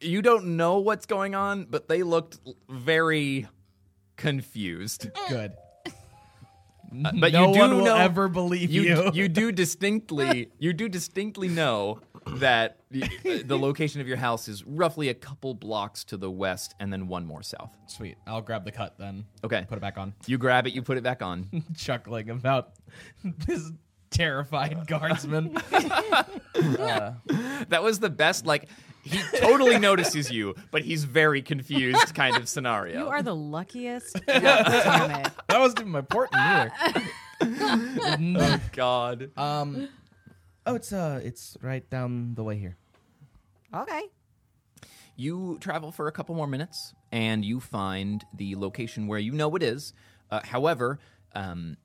A: you don't know what's going on, but they looked l- very confused.
E: Good.
A: Uh, but
E: no
A: you do
E: one will
A: know,
E: ever believe you.
A: you do distinctly you do distinctly know that y- the location of your house is roughly a couple blocks to the west and then one more south.
E: Sweet. I'll grab the cut then.
A: Okay.
E: Put it back on.
A: You grab it, you put it back on.
E: Chuckling about this terrified guardsman. Uh,
A: That was the best. Like he totally notices you, but he's very confused kind of scenario.
L: You are the luckiest. God damn it.
E: that wasn't even my port in either.
A: oh God.
E: Um. Oh, it's uh, it's right down the way here.
L: Okay.
A: You travel for a couple more minutes and you find the location where you know it is. Uh, however, um,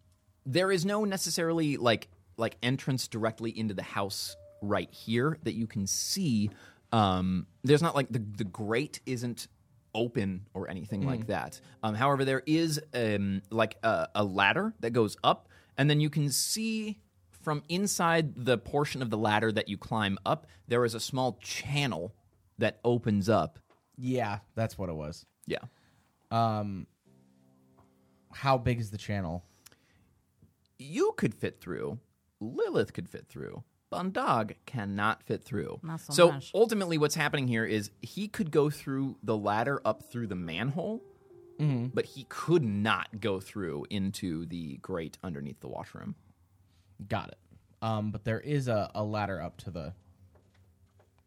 A: there is no necessarily like like entrance directly into the house right here that you can see. Um, there's not like the the grate isn't open or anything like
E: Mhm.
A: that. Um, however, there is um, like a, a ladder that goes up, and then you can see from inside the portion of the ladder that you climb up. There is a small channel that opens up.
E: Yeah, that's what it was.
A: Yeah.
E: Um. How big is the channel?
A: You could fit through. Lilith could fit through. Bundag cannot fit through.
L: Not so much.
A: ultimately, what's happening here is he could go through the ladder up through the manhole,
E: Mm-hmm.
A: but he could not go through into the grate underneath the washroom.
E: Got it. Um, but there is a, a ladder up to the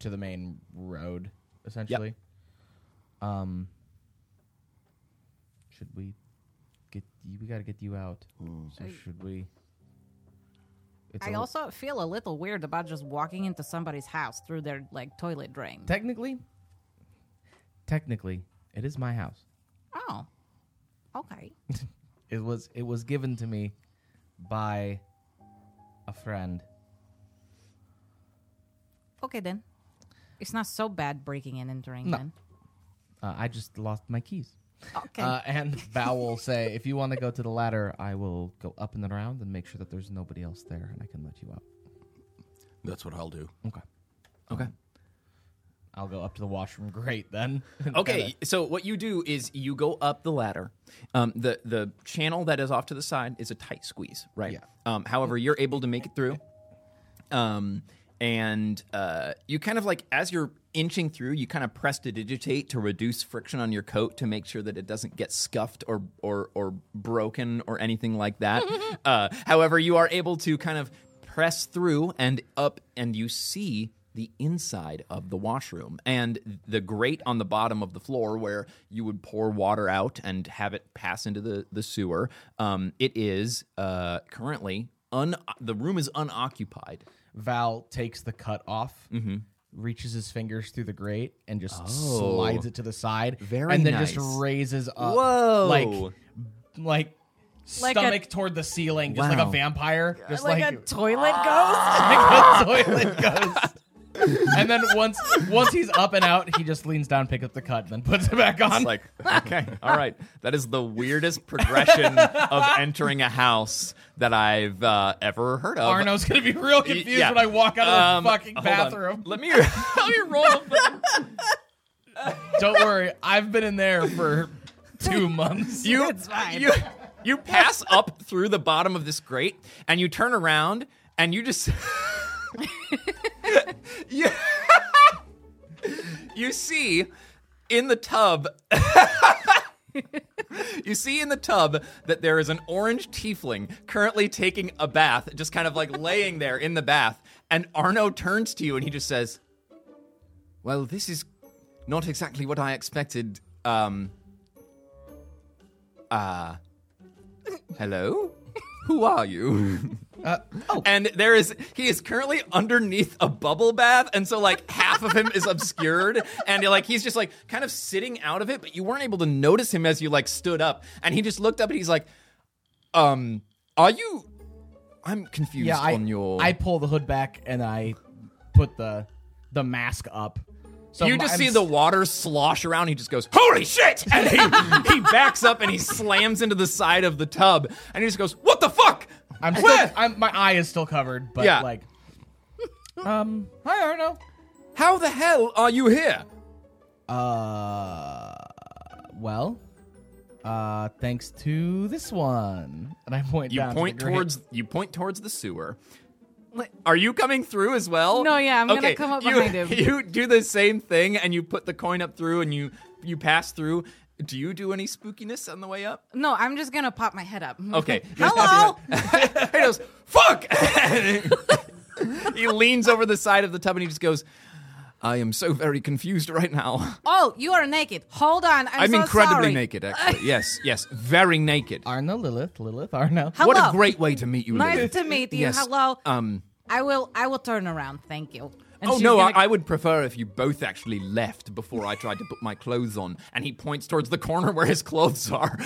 E: to the main road, essentially. Um, should we get you? We gotta get you out. So
L: Mm. I-
E: should we? It's
L: I
E: a-
L: also feel a little weird about just walking into somebody's house through their like toilet drain.
E: technically, technically, it is my house.
L: Oh. Okay.
E: It was it was given to me by a friend.
L: Okay then. It's not so bad breaking and entering
E: No.
L: then.
E: Uh, I just lost my keys.
L: Okay.
E: Uh, and Bow will say, if you want to go to the ladder, I will go up and around and make sure that there's nobody else there and I can let you out.
H: That's what I'll do.
E: Okay.
A: Okay.
E: I'll go up to the washroom grate then.
A: Okay,
E: Kinda-
A: so what you do is you go up the ladder. Um, the the channel that is off to the side is a tight squeeze, right?
E: Yeah.
A: Um, however, you're able to make it through. Um, and uh, you kind of like as you're inching through, you kind of press to digitate to reduce friction on your coat to make sure that it doesn't get scuffed or or or broken or anything like that. uh, however, you are able to kind of press through and up, and you see the inside of the washroom and the grate on the bottom of the floor where you would pour water out and have it pass into the, the sewer. Um, it is uh, currently un- the room is unoccupied. Mm-hmm.
E: Val takes the cut off, reaches his fingers through the grate, and just slides it to the side.
A: Very
E: And then
A: nice.
E: just raises up.
A: Whoa.
E: Like, like,
L: Like a-
E: stomach toward the ceiling, just like
A: Wow.
E: a vampire. Just
L: like,
E: like,
L: a toilet
E: Ah.
L: ghost?
E: like a toilet ghost. and then once once he's up and out, he just leans down, picks up the cut, and then puts it back on.
A: It's like, okay, all right. That is the weirdest progression of entering a house that I've uh, ever heard of.
E: Arno's gonna be real confused
A: Yeah.
E: when I walk out of
A: Um,
E: the fucking
A: hold on.
E: bathroom.
A: Let me let me roll. a fucking-
E: Don't worry, I've been in there for two months.
A: You you you pass up through the bottom of this grate, and you turn around, and you just you you see in the tub. You see in the tub that there is an orange tiefling currently taking a bath, just kind of like laying there in the bath. And Arno turns to you and he just says, Well, this is not exactly what I expected. Um. Uh. Hello? Who are you?
E: Uh,
A: oh. And there is, he is currently underneath a bubble bath. And so, like, half of him is obscured. And, like, he's just, like, kind of sitting out of it, but you weren't able to notice him as you, like, stood up. And he just looked up and he's like, um, are you. I'm confused
E: yeah, I,
A: on your.
E: I pull the hood back and I put the the mask up. So
A: you
E: my-
A: just
E: I'm
A: see
E: s-
A: the water slosh around. He just goes, "Holy shit!" And he, he backs up and he slams into the side of the tub. And he just goes, "What the fuck?"
E: I'm
A: Where?"
E: still. I'm, my eye is still covered, but
A: Yeah.
E: like. Um. Hi, Arno.
A: How the hell are you here?
E: Uh. Well. Uh. Thanks to this one, and I point.
A: You
E: down to the
A: point
E: grate.
A: towards you point towards the sewer. Are you coming through as well?
L: No, yeah, I'm gonna
A: Okay,
L: come up
A: you-
L: behind him.
A: You do the same thing, and you put the coin up through, and you you pass through. Do you do any spookiness on the way up?
L: No, I'm just gonna pop my head up.
A: Okay.
L: Hello.
A: he goes, "Fuck!" he leans over the side of the tub and he just goes, I am so very confused right now.
L: Oh, you are naked. Hold on. I'm,
A: I'm
L: so
A: incredibly
L: sorry.
A: naked, actually. yes, yes, very naked.
E: Arna Lilith, Lilith Arna.
L: Hello.
A: What a great way to meet you.
L: Nice
A: Lilith.
L: to meet you.
A: Yes,
L: Hello.
A: Um.
L: I will. I will turn around. Thank you. And
A: oh
L: she's
A: no,
L: gonna-
A: I, I would prefer if you both actually left before I tried to put my clothes on. And he points towards the corner where his clothes are.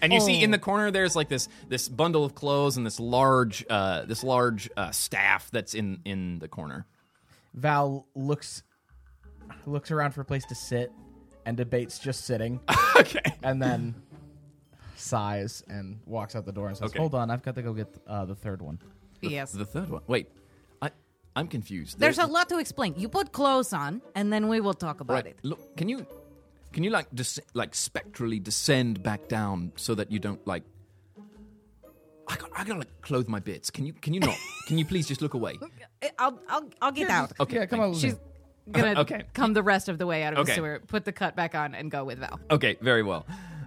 A: And you see
E: Oh.
A: in the corner there's like this this bundle of clothes and this large uh, this large uh, staff that's in in the corner.
E: Val looks looks around for a place to sit and debates just sitting.
A: okay.
E: And then sighs and walks out the door and says,
A: Okay.
E: "Hold on, I've got to go get uh, the third one."
L: The- Yes.
A: The third one. Wait, I I'm confused.
L: There's a lot to explain. You put clothes on, and then we will talk about
A: right.
L: it.
A: Look, can you can you like des- like spectrally descend back down so that you don't like I got I gotta like clothe my bits. Can you can you not? can you please just look away?
L: I- I'll. I'll. I'll get out.
A: Okay. come on.
L: She's gonna
A: Okay.
L: come the rest of the way out of
A: Okay.
L: the sewer. Put the cut back on and go with Val.
A: Okay, very well.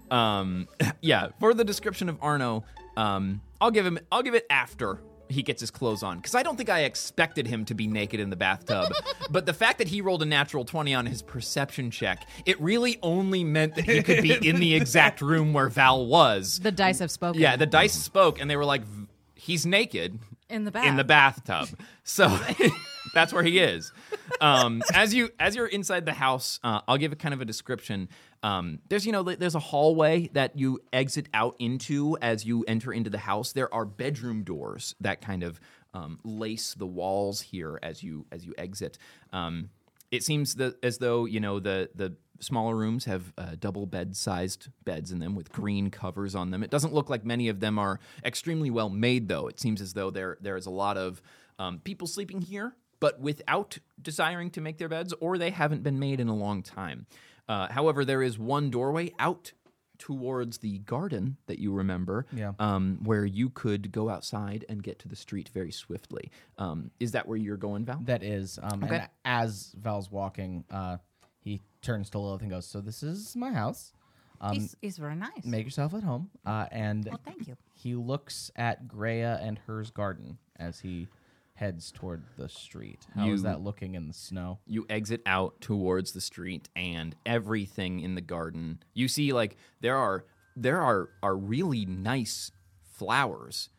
A: Um, yeah, for the description of Arno, um, I'll give him. I'll give it after he gets his clothes on because I don't think I expected him to be naked in the bathtub. but the fact that he rolled a natural twenty on his perception check, it really only meant that he could be in the exact room where Val was.
L: The dice have spoken.
A: Yeah, the dice spoke and they were like, "V- "He's naked
L: In the
A: in the bathtub." So that's where he is. Um, as you as you're inside the house, uh, I'll give a kind of a description. Um, there's you know th- there's a hallway that you exit out into as you enter into the house. There are bedroom doors that kind of um, lace the walls here as you as you exit. Um, it seems that as though you know the the smaller rooms have uh, double bed sized beds in them with green covers on them. It doesn't look like many of them are extremely well made though. It seems as though there there is a lot of um, people sleeping here, but without desiring to make their beds, or they haven't been made in a long time. Uh, however, there is one doorway out towards the garden that you remember,
E: Yeah.
A: um, where you could go outside and get to the street very swiftly. Um, is that where you're going, Val?
E: That is. Um,
A: Okay.
E: And as Val's walking, uh, he turns to Lilith and goes, "So this is my house. Um,
L: It's- it's very nice.
E: Make yourself at home." Uh, and
L: Well, thank you.
E: He looks at Greya and hers garden as he heads toward the street. How is
A: You-
E: that looking in the snow?
A: you exit out towards the street and everything in the garden you see like there are there are are really nice flowers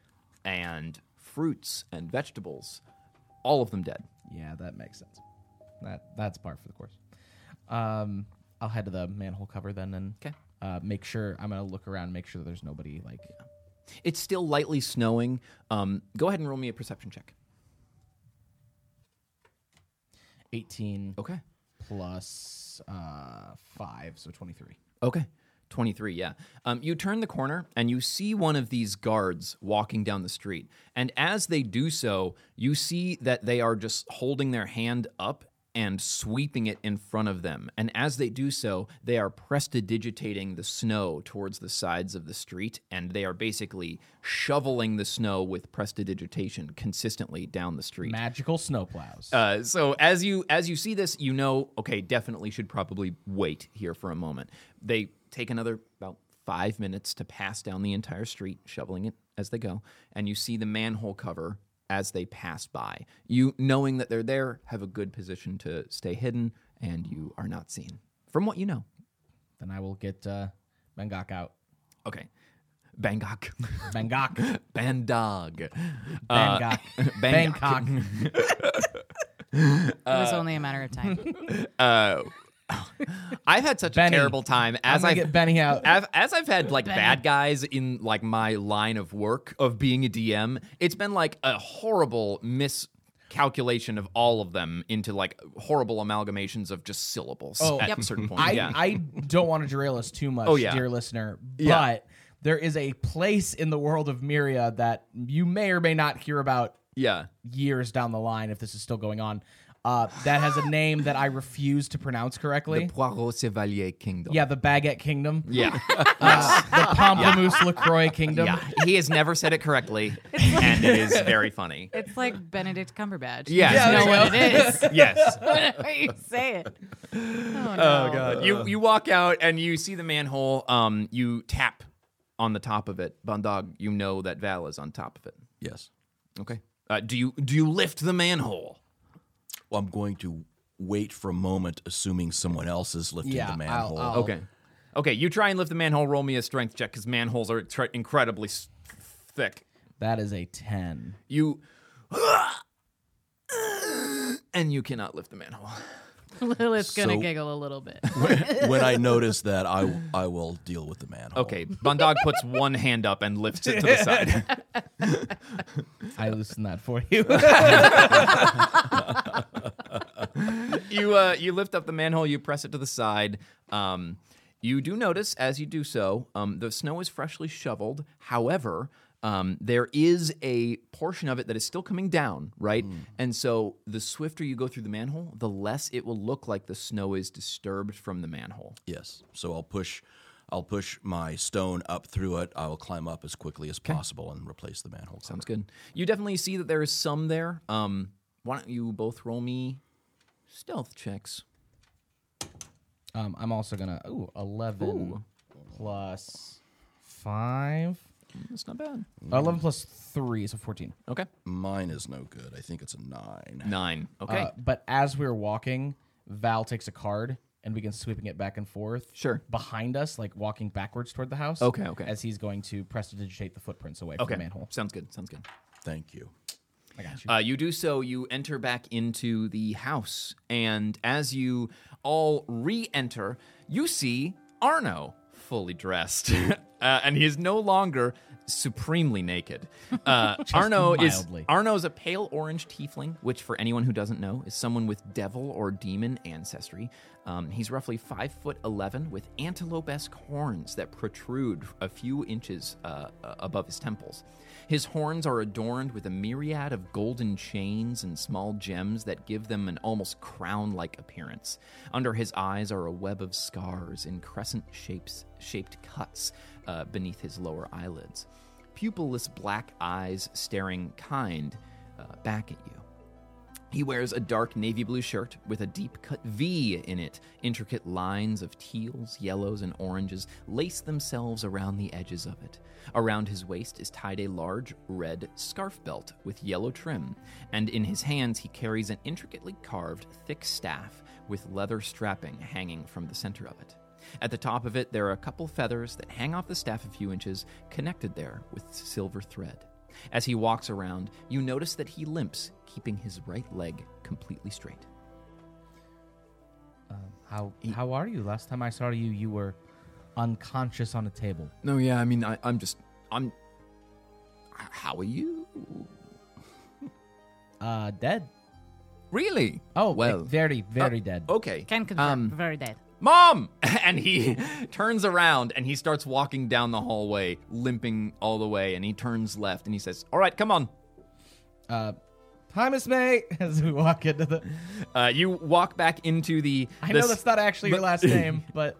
A: and fruits and vegetables all of them dead
E: Yeah, that makes sense. That that's par for the course. Um, I'll head to the manhole cover then and uh, make sure I'm gonna look around, make sure that there's nobody like.
A: it's still lightly snowing um, go ahead and roll me a perception check
E: 18
A: okay
E: plus uh 5 so 23
A: Okay. 23, yeah. Um, you turn the corner and you see one of these guards walking down the street. And as they do so, you see that they are just holding their hand up and sweeping it in front of them. And as they do so, they are prestidigitating the snow towards the sides of the street. And they are basically shoveling the snow with prestidigitation consistently down the street.
E: magical snowplows
A: Uh, so as you as you see this, you know, okay, definitely should probably wait here for a moment. They take another about five minutes to pass down the entire street, shoveling it as they go, and you see the manhole cover as they pass by. You knowing that they're there, have a good position to stay hidden, and you are not seen. From what you know.
E: then i will get uh bangok out
A: Okay. Bangkok.
E: bangok
A: Bandog. Uh,
E: Bangkok.
A: Bangkok.
L: It was only a matter of time.
A: Uh, I've had such
E: Benny.
A: a terrible time as
E: gonna
A: I've
E: get Benny out.
A: I've- as I've had like bad guys in like my line of work of being a DM. It's been like a horrible miscalculation of all of them into like horrible amalgamations of just syllables
E: Oh,
A: at
E: yep.
A: a certain point.
E: I,
A: yeah.
E: I don't want to derail us too much,
A: Oh, yeah.
E: dear listener, but
A: Yeah.
E: there is a place in the world of Myria that you may or may not hear about
A: yeah.
E: years down the line if this is still going on. Uh, that has a name that I refuse to pronounce correctly.
A: The Poirot Chevalier Kingdom.
E: yeah, the Baguette Kingdom.
A: Yeah.
E: Uh, the Pomplamoose LaCroix Kingdom.
A: yeah. He has never said it correctly, and it is very funny.
L: It's like Benedict Cumberbatch.
A: Yes. Yeah,
L: You
A: there
L: know
A: you
L: what it is.
A: Yes.
L: Whenever you say it. Oh, no.
A: god! Uh. You you walk out and you see the manhole. Um, you tap on the top of it. Bondog, you know that Val is on top of it.
K: Yes.
A: Okay. Uh, do you do you lift the manhole?
K: Well, I'm going to
H: wait for a moment, assuming someone else is lifting the manhole.
A: Okay. Okay, you try and lift the manhole, roll me a strength check because manholes are tr- incredibly s- thick.
E: That is a 10.
A: You. And you cannot lift the manhole.
L: Lilith's gonna
H: So-
L: giggle a little bit.
H: when I notice that, I I will deal with the manhole.
A: Okay, Bundag puts one hand up and lifts it to the side.
E: I loosened that for you.
A: you uh, you lift up the manhole, you press it to the side. Um, you do notice as you do so, um, the snow is freshly shoveled. However, um, there is a portion of it that is still coming down, right? And so the swifter you go through the manhole, the less it will look like the snow is disturbed from the manhole.
H: Yes. So I'll push I'll push my stone up through it. I will climb up as quickly as possible and replace the manhole.
A: Sounds good. You definitely see that there is some there. Um, why don't you both roll me stealth checks?
E: Um, I'm also gonna ooh eleven
A: Ooh.
E: plus five.
A: That's not bad.
E: Eleven plus three, so fourteen.
A: Mm. Okay.
H: Mine is no good. I think it's a nine. Uh,
A: Nine. Okay.
E: Uh, but as we were walking, Val takes a card and begins sweeping it back and forth.
A: Sure.
E: Behind us, like walking backwards toward the house.
A: Okay, okay.
E: As he's going to prestidigitate the footprints away from
A: Okay.
E: the manhole.
A: Sounds good. Sounds good.
H: Thank you.
E: I got you.
A: Uh, you do so, you enter back into the house, and as you all re enter, you see Arno fully dressed. uh, and he is no longer supremely naked. Uh, Arno is
E: mildly.
A: Arno is a pale orange tiefling, which, for anyone who doesn't know, is someone with devil or demon ancestry. Um, he's roughly five foot eleven, with antelope-esque horns that protrude a few inches uh, uh, above his temples. His horns are adorned with a myriad of golden chains and small gems that give them an almost crown-like appearance. Under his eyes are a web of scars in crescent shapes, shaped cuts uh, beneath his lower eyelids pupilless black eyes staring kind uh, back at you. He wears a dark navy blue shirt with a deep cut V in it. Intricate lines of teals, yellows, and oranges lace themselves around the edges of it. Around his waist is tied a large red scarf belt with yellow trim, and in his hands he carries an intricately carved, thick staff with leather strapping hanging from the center of it. At the top of it, there are a couple feathers that hang off the staff a few inches, connected there with silver thread. As he walks around, you notice that he limps, keeping his right leg completely straight.
E: Um, how how are you? Last time I saw you, you were unconscious on a table.
A: No, yeah, I mean, I, I'm just, I'm. h- How are you?
E: Uh, dead.
A: Really?
E: Oh,
A: well, uh,
E: well, very very dead.
A: Okay. Um,
L: Can confirm. Very dead.
A: Mom! And he turns around and he starts walking down the hallway, limping all the way, and he turns left and he says, All right, come on.
E: Uh, hi, Miss May. As we walk into the,
A: Uh, you walk back into the.
E: I
A: this-
E: know that's not actually your
A: but-
E: last name, but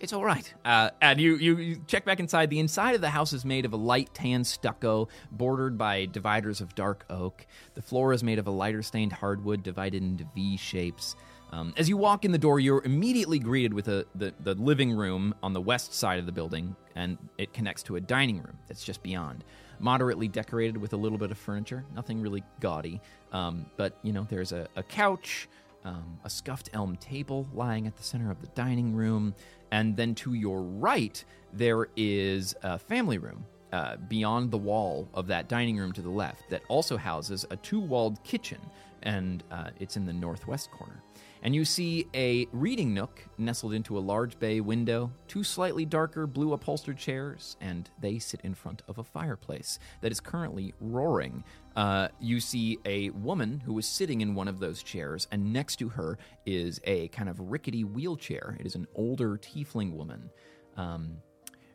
A: It's all right. Uh, and you, you, you check back inside. The inside of the house is made of a light tan stucco bordered by dividers of dark oak. The floor is made of a lighter stained hardwood divided into V shapes. Um, as you walk in the door, you're immediately greeted with a, the, the living room on the west side of the building, and it connects to a dining room that's just beyond. Moderately decorated with a little bit of furniture, nothing really gaudy. Um, but, you know, there's a, a couch, um, a scuffed elm table lying at the center of the dining room. And then to your right, there is a family room uh, beyond the wall of that dining room to the left that also houses a two walled kitchen, and uh, it's in the northwest corner. And you see a reading nook nestled into a large bay window, two slightly darker blue upholstered chairs, and they sit in front of a fireplace that is currently roaring. Uh, you see a woman who is sitting in one of those chairs, and next to her is a kind of rickety wheelchair. It is an older tiefling woman. Um,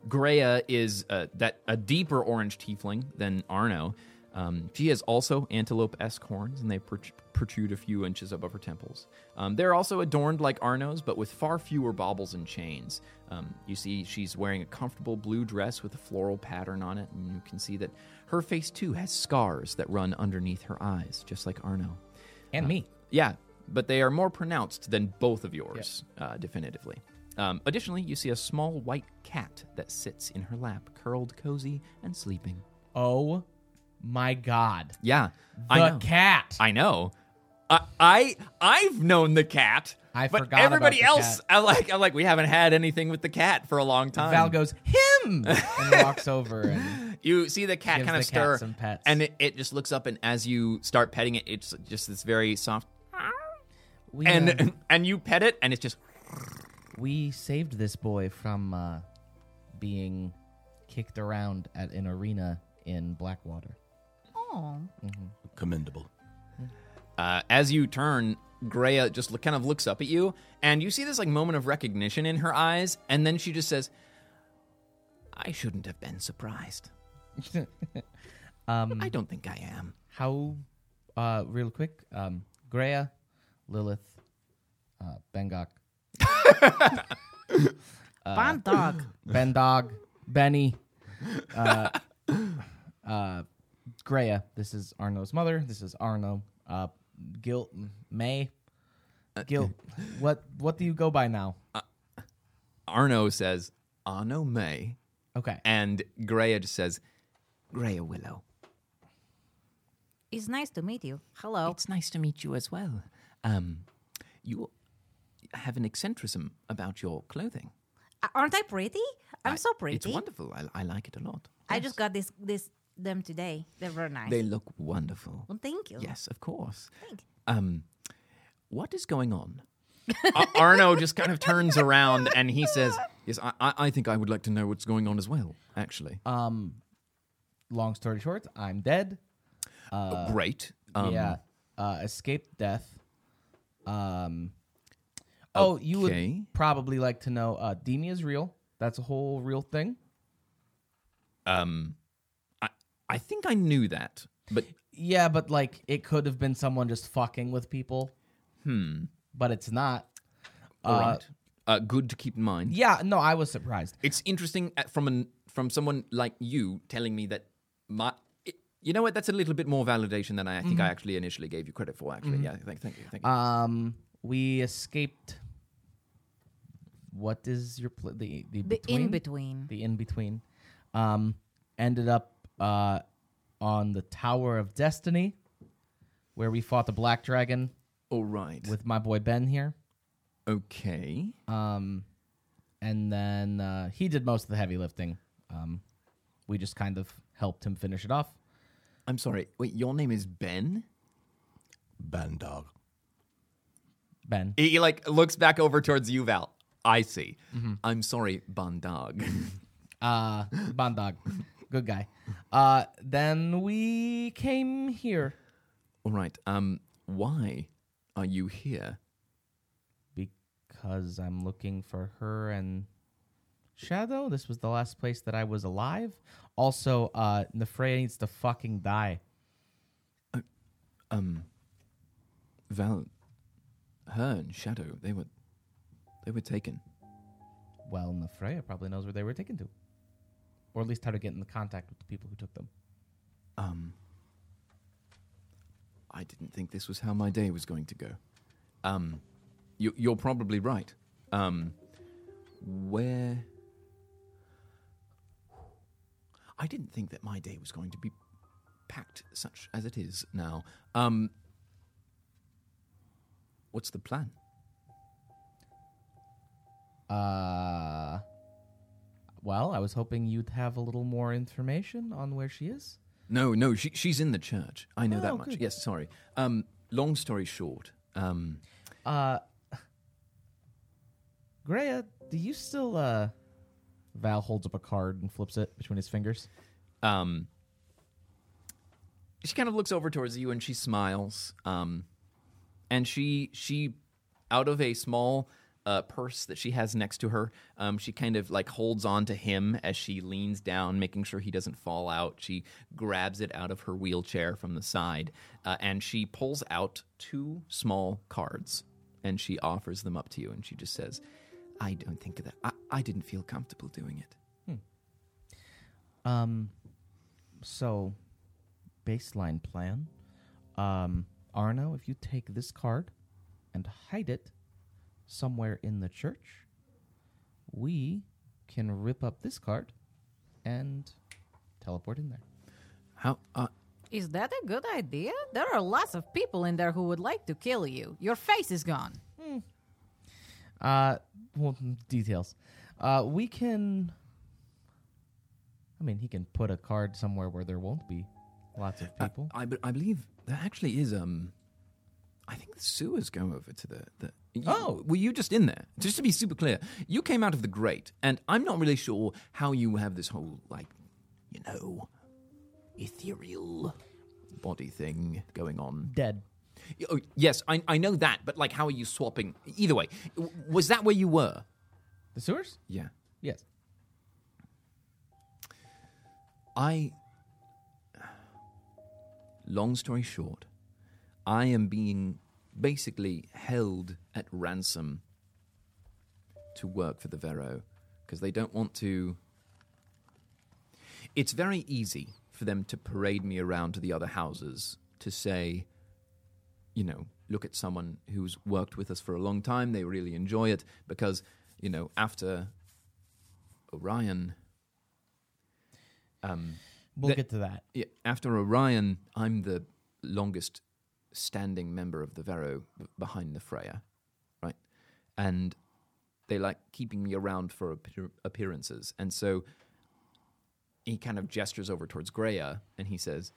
A: Greya is uh, that a deeper orange tiefling than Arno. Um, she has also antelope-esque horns, and they protr- protrude a few inches above her temples. Um, they're also adorned like Arno's, but with far fewer baubles and chains. Um, you see, she's wearing a comfortable blue dress with a floral pattern on it, and you can see that her face too has scars that run underneath her eyes, just like Arno.
E: and me.
A: Yeah, but they are more pronounced than both of yours, uh, definitively. Um, additionally, you see a small white cat that sits in her lap, curled cozy and sleeping.
E: Oh my god.
A: Yeah,
E: The cat.
A: I know. I, I I've known the cat. I but
E: forgot about
A: everybody
E: the
A: else.
E: cat.
A: I like. I like. We haven't had anything with the cat for a long time.
E: Val goes him and walks over and
A: You see the cat
E: Gives
A: kind of
E: the cat
A: stir,
E: some pets.
A: and it, it just looks up, and as you start petting it, it's just this very soft.
E: We,
A: and
E: um,
A: and you pet it, and it's just
E: we saved this boy from uh, being kicked around at an arena in Blackwater.
D: Oh.
A: commendable. Mm-hmm. Uh, as you turn, Greya just look, kind of looks up at you, and you see this like moment of recognition in her eyes, and then she just says, "I shouldn't have been surprised.
E: Um,
A: I don't think I am."
E: How, uh, real quick, um, Greya, Lilith, uh, Bengok. uh,
L: Bon Dog.
E: Ben Dog. Benny. Uh, uh, Greya, this is Arno's mother. This is Arno. Uh, Gil, May.
A: Uh,
E: Gil, what what do you go by now?
A: Arno says, "Arno May."
E: Okay.
A: And Greya just says, "Greya Willow."
L: It's nice to meet you. Hello. It's
A: nice to meet you as well. Um, you have an eccentricism about your clothing.
L: Aren't I pretty? I'm so pretty.
A: It's wonderful. I, I like it a lot.
L: I just got this this them today. They're very nice.
A: They look wonderful.
L: Well, thank you.
A: Yes, of course.
L: Thank
A: Um, what is going on? Ar- Arno just kind of turns around and he says, "Yes, I, I, I think I would like to know what's going on as well. Actually,
E: Um, long story short, I'm dead. Uh,
A: great. Um,
E: yeah. Uh, escaped death. Um. Oh, you
A: Okay.
E: would probably like to know. Uh, Demi is real. That's a whole real thing.
A: um, I I think I knew that, but
E: Yeah, but like it could have been someone just fucking with people.
A: Hmm.
E: But it's not.
A: all
E: Uh,
A: right. Uh, good to keep in mind.
E: Yeah. No, I was surprised.
A: It's interesting at- from an from someone like you telling me that my. it- you know what? That's a little bit more validation than I, think I
E: Mhm.
A: actually initially gave you credit for. Actually,
E: Mhm.
A: yeah. Thank, thank you. Thank you.
E: Um, we escaped. What is your pl- the the,
L: The in-between.
E: the in between? Um, ended up uh on the Tower of Destiny, where we fought the Black Dragon.
A: All right.
E: With my boy Ben here.
A: Okay.
E: Um, and then uh, he did most of the heavy lifting. Um, we just kind of helped him finish it off.
A: I'm sorry. Wait, your name is Ben?
H: Ben Dog.
E: Ben.
A: He, he, like looks back over towards you, Val. I see. I'm sorry, Bandag.
E: Uh, Bandog. Good guy. Uh, then we came here.
A: All right. Um, why are you here?
E: because I'm looking for her and Shadow. This was the last place that I was alive. Also, uh, Nefreya needs to fucking die.
A: Uh, Um, Val, her and Shadow, they were, they were taken.
E: Well, Nefreya probably knows where they were taken to, or at least how to get in contact with the people who took them.
A: Um, I didn't think this was how my day was going to go. Um, you, you're probably right. Um, where. I didn't think that my day was going to be packed such as it is now. Um, what's the plan?
E: Uh, well, I was hoping you'd have a little more information on where she is.
A: No, no, she, she's in the church. I know that
E: Oh,
A: much.
E: good.
A: Yes, sorry. Um, long story short, um,
E: Uh, Greya, do you still uh? Val holds up a card and flips it between his fingers.
A: Um, she kind of looks over towards you and she smiles. Um, and she she out of a small uh, purse that she has next to her, um, she kind of like holds on to him as she leans down, making sure he doesn't fall out. She grabs it out of her wheelchair from the side, uh, and she pulls out two small cards and she offers them up to you. And she just says, "I don't think that I, I didn't feel comfortable doing it."
E: Um, so baseline plan. Um, Arno, if you take this card and hide it somewhere in the church, we can rip up this card and teleport in there.
A: How? Uh,
L: Is that a good idea? There are lots of people in there who would like to kill you. Your face is gone.
E: Uh, well, details. Uh, we can. I mean, he can put a card somewhere where there won't be lots of people.
A: I, be- I believe there actually is. Um, I think the sewers go over to the. the you, oh, were you just in there? Just to be super clear, you came out of the grate, and I'm not really sure how you have this whole like, you know, ethereal body thing going on.
E: Dead.
A: Oh, yes, I, I know that, but like, how are you swapping? Either way, w- was that where you were?
E: The sewers?
A: Yeah.
E: Yes.
A: I. Long story short, I am being basically held at ransom to work for the Vero because they don't want to. It's very easy for them to parade me around to the other houses to say, you know, look at someone who's worked with us for a long time, they really enjoy it because, you know, after Orion. Um,
E: We'll get to that.
A: Yeah, after Orion, I'm the longest standing member of the Vero b- behind the Freya, right? And they like keeping me around for appear- appearances. And so he kind of gestures over towards Greya and he says,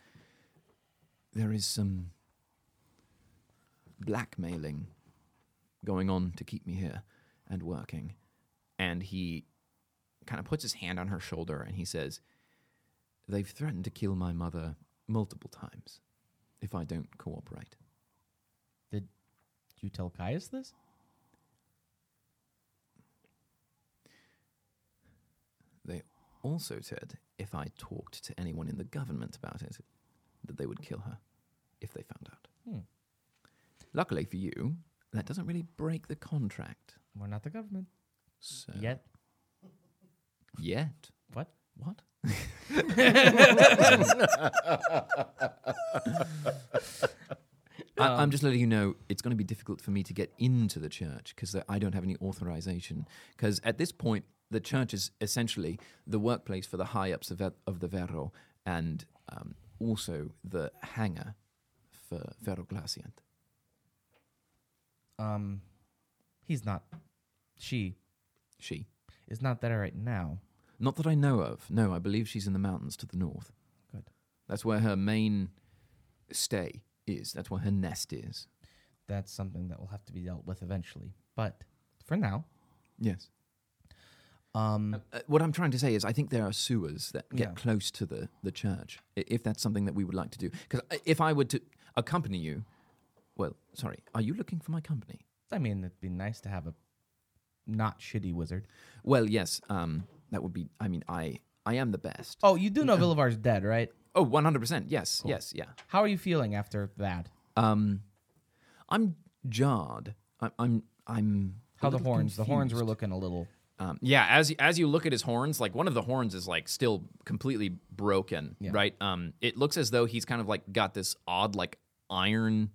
A: There is some blackmailing going on to keep me here and working. And he kind of puts his hand on her shoulder and he says, They've threatened to kill my mother multiple times if I don't cooperate.
E: Did you tell Caius this?
A: They also said if I talked to anyone in the government about it, that they would kill her if they found out.
E: Hmm.
A: Luckily for you, that doesn't really break the contract.
E: We're not the government.
A: So
E: Yet.
A: Yet.
E: What?
A: What? I,
E: Um,
A: I'm just letting you know it's going to be difficult for me to get into the church because I don't have any authorization. Because at this point, the church is essentially the workplace for the high ups of, Ve- of the Vero and um, also the hangar for Vero Glaciant.
E: Um, he's not. She.
A: She.
E: Is not there right now.
A: Not that I know of. No, I believe she's in the mountains to the north.
E: Good.
A: That's where her main stay is. That's where her nest is.
E: That's something that will have to be dealt with eventually. But for now,
A: Yes.
E: um,
A: Uh, what I'm trying to say is, I think there are sewers that get
E: Yeah.
A: close to the, the church, i- if that's something that we would like to do. Because if I were to accompany you, well, sorry, are you looking for my company?
E: I mean, it'd be nice to have a not shitty wizard.
A: Well, yes, um, that would be, I mean, I, I am the best.
E: Oh, you do know Villivar's dead, right?
A: Oh, 100%, yes, yes, yeah.
E: How are you feeling after that?
A: Um, I'm jarred. I'm, I'm, I'm. a
E: How the
A: little
E: horns? The horns
A: confused.
E: were looking a little.
A: Um, yeah, as as you look at his horns, like one of the horns is like still completely broken, right? Um, it looks as though he's kind of like got this odd like iron